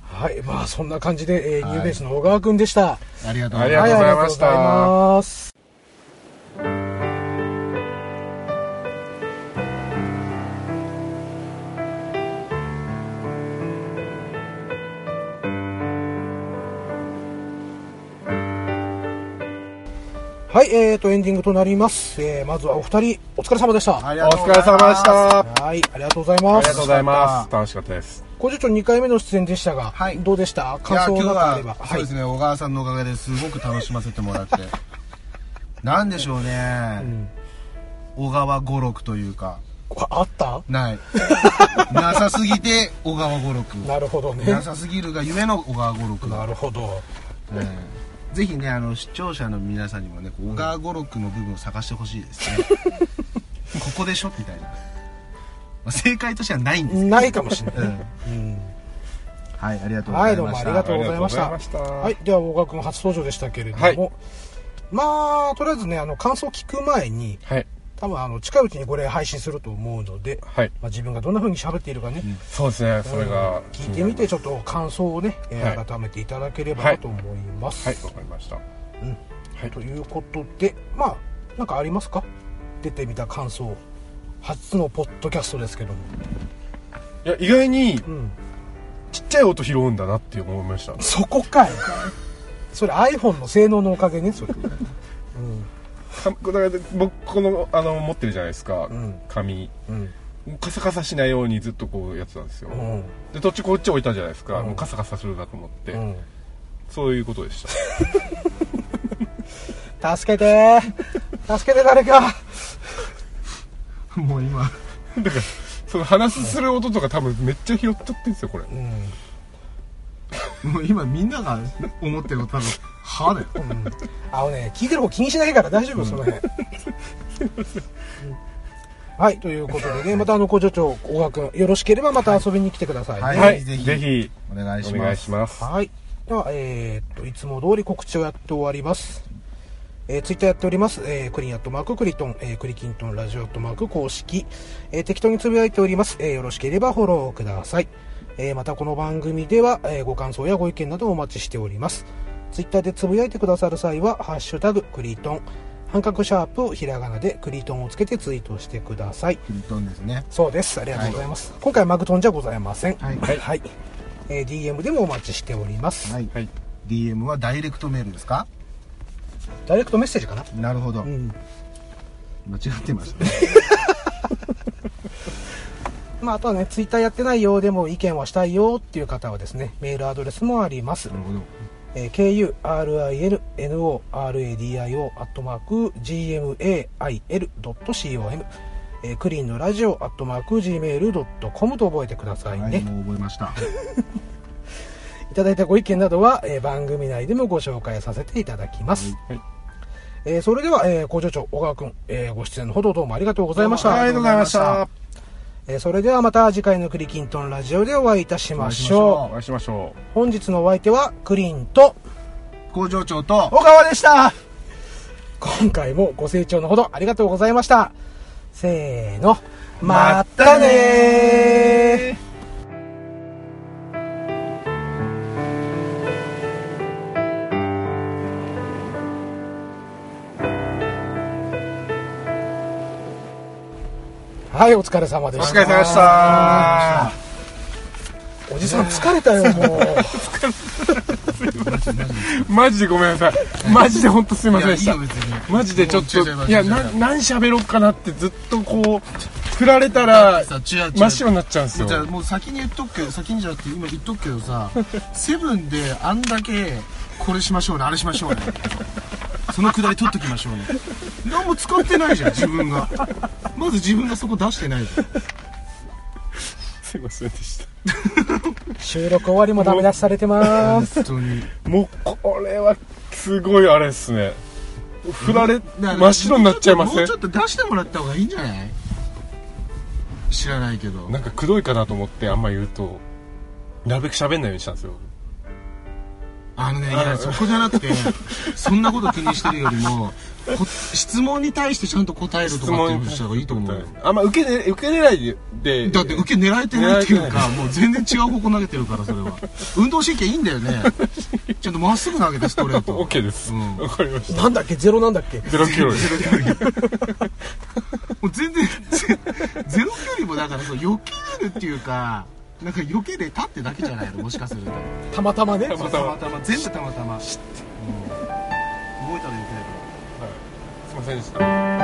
D: はい
A: はいまあそんな感じで、えー
B: はい
A: ニューベースの小川君でした
B: えありがとう
D: あ
B: ご
D: り
B: ざい
D: が
B: ます
D: とうございました
A: はいありがとうございますはい、えーと、エンディングとなります。えーまずはお二人、お疲れ様でした。
B: あり
D: お
B: がとう
D: 疲
B: ご
D: れ
B: ざいます
D: 様でしたあ
A: はい、ありがとうございま
D: りが
A: す
D: とうご。ざいます楽しかったです
A: 工場長2回目の出演でしたが、
B: はい
A: どうでした
B: い
A: 感
B: や
A: 想
B: 今日
A: などあれば。
B: はそうですね、小川さんのおかげですごく楽しませてもらってなんでしょうね、
A: ん
B: 小川語録というか
A: こあった
B: ない なさすぎて小川語録
A: なるほどね。
B: なさすぎるが夢の小川語録
A: なるほど。
B: ええぜひねあの視聴者の皆さんにもねこう小川語録の部分を探してほしいで すねここでしょみたいな、まあ正解としてはないんです
A: ないかもしれ
B: けど、う
A: ない。
B: ん
A: うん
B: はいありがとうご
A: は
B: ざ
A: い、
B: い
A: どう
B: ま
A: も
B: し
A: あ
B: た、
A: りがとうございました。
D: ありがとうございました
A: はい、では、大川君初登場でしたけれども、
D: はい
A: まあ、とりあえずね、あの、感想聞く前に、
D: はい
A: 多分、あの、近いうちにこれ配信すると思うので、
D: はい
A: まあ、自分がどんな風に喋っているかね、
D: そうですねそれが
A: 聞いてみて、ちょっと感想をね、えー
D: はい
A: 改めていただければなと思います。
D: はいわかりましたはい
A: ということでまあなんかありますか出てみた感想初のポッドキャストですけども、
D: いや意外に
A: うん、
D: ちっちゃい音拾うんだなって思いました
A: そこかいそれ iPhone の性能のおかげねそ れ、うん
D: かだから僕このあの持ってるじゃないですか、
A: うん
D: 紙
A: うん
D: カサカサしないようにずっとこうやってたんですよ、
A: うん
D: で途中こっち置いたじゃないですか、
A: うん
D: もうカサカサするなと思って、
A: うん
D: そういうことでした
A: 助けて助けて誰か
B: もう今
D: だからその話する音とか多分めっちゃ拾っちゃってるんですよこれ
A: うん、うん、
B: もう今みんなが思ってるの多分歯だよ
A: あのね聞いてる方気にしないから大丈夫、その辺はいということでねまたあの工場長小川君よろしければまた遊びに来てくださいね、
B: はい
D: はい
B: ぜ
D: ぜ
B: ひ
D: ひ
B: お願いし
D: お願
B: ま
D: い
B: す
D: します
A: はい。では、えーっと、いつも通り告知をやって終わります。えー、ツイッターやっております。えー、クリンアットマーククリトン、えー、クリキントンラジオアットマーク公式、えー、適当につぶやいております。えー、よろしければフォローください。えー、またこの番組では、えー、ご感想やご意見などお待ちしております。ツイッターでつぶやいてくださる際は、ハッシュタグクリトン、半角シャープをひらがなでクリトンをつけてツイートしてください。
B: クリトンですね
A: そうです。ありがとうございます。今回マグトンじゃございません。
B: はい
A: はい。えー、DM でもお待ちしております。
B: はい、
D: はい
B: DM はダイレクトメールですか
A: ダイレクトメッセージかな。
B: なるほど、
A: うん。
B: 間違ってましたね
A: まあ、あとはね、ツイッターやってないよ、でも意見はしたいよっていう方はですね、メールアドレスもあります。
B: なるほど
A: えー、kurinnoradio アットマーク gmail.com、えー、クリーンのラジオアットマーク gmail.com と覚えてくださいね。
B: はい
A: い、
B: もう覚えました
A: ただいたご意見などは、えー番組内でもご紹介させていただきます。
D: はい
A: えーそれでは、えー工場長小川君、えーご出演のほどどうもありがとうございまし
B: どうも
A: た
B: ありがとうございました。
A: えーそれではまた次回のクリキントンラジオでお会いいたしましょう。
D: お会いしましょう
A: 本日のお相手はクリンと
B: 工場長と
A: 小川でした今回もご清聴のほどありがとうございましたせーのまったねーはいお疲れ様で
D: お
A: し
D: 疲れ
A: た
D: 様でした
A: おじさん疲れたよもう
D: マジでごめんなさいマジで本当すいませんでした
B: いやいいよ別に
D: マジでちょっ
B: も
D: と
B: う違う違う違う
D: いやな何喋ろうかなってずっとこう振られたら
B: さ違う違う
D: 真っ白になっちゃうんですよ
B: じゃあもう先に言っとくけど先にじゃなくて今言っとくけどさ セブンであんだけこれしましょうねあれしましょう ねそのくだり取っときましょうね何も使ってないじゃん自分がまず自分がそこ出してないじゃん
D: すいませんでした
A: 収録終わりもダメ出しされてまーす
B: 本当に
D: もうこれはすごいあれですね振られ
B: だから
D: 真っ白になっちゃいませ
B: もうんちょっと出してもらった方がいいんじゃない知らないけど
D: なんかくどいかなと思ってあんま言うとなるべく喋んないようにしたんですよ
B: あのね、いや、そこじゃなく て、そんなこと気にしてるよりも、こ質問に対してちゃんと答えるとかっていうのした方がいいと思うよ。
D: あんま受けね受けれないでで
B: だって受け狙えてないっていう
D: 狙えて
B: か、もう全然違う方向投げてるから、それは。運動神経いいんだよ ね。ちゃんとまっすぐ投げて、ストレート。
D: OK です、
B: う
D: わ
B: ん
D: かりました
A: なんだっけゼロなんだっけ
D: ゼロキロです
B: もう全然、ゼゼロ距離もだから、そう、避けれるっていうか、なんか避けれたってだけじゃないの、もしかすると。
A: たまたまね
D: たま
B: たまたま、全部たまたま。うん動いたら避けれるから。
D: はいすいませんでした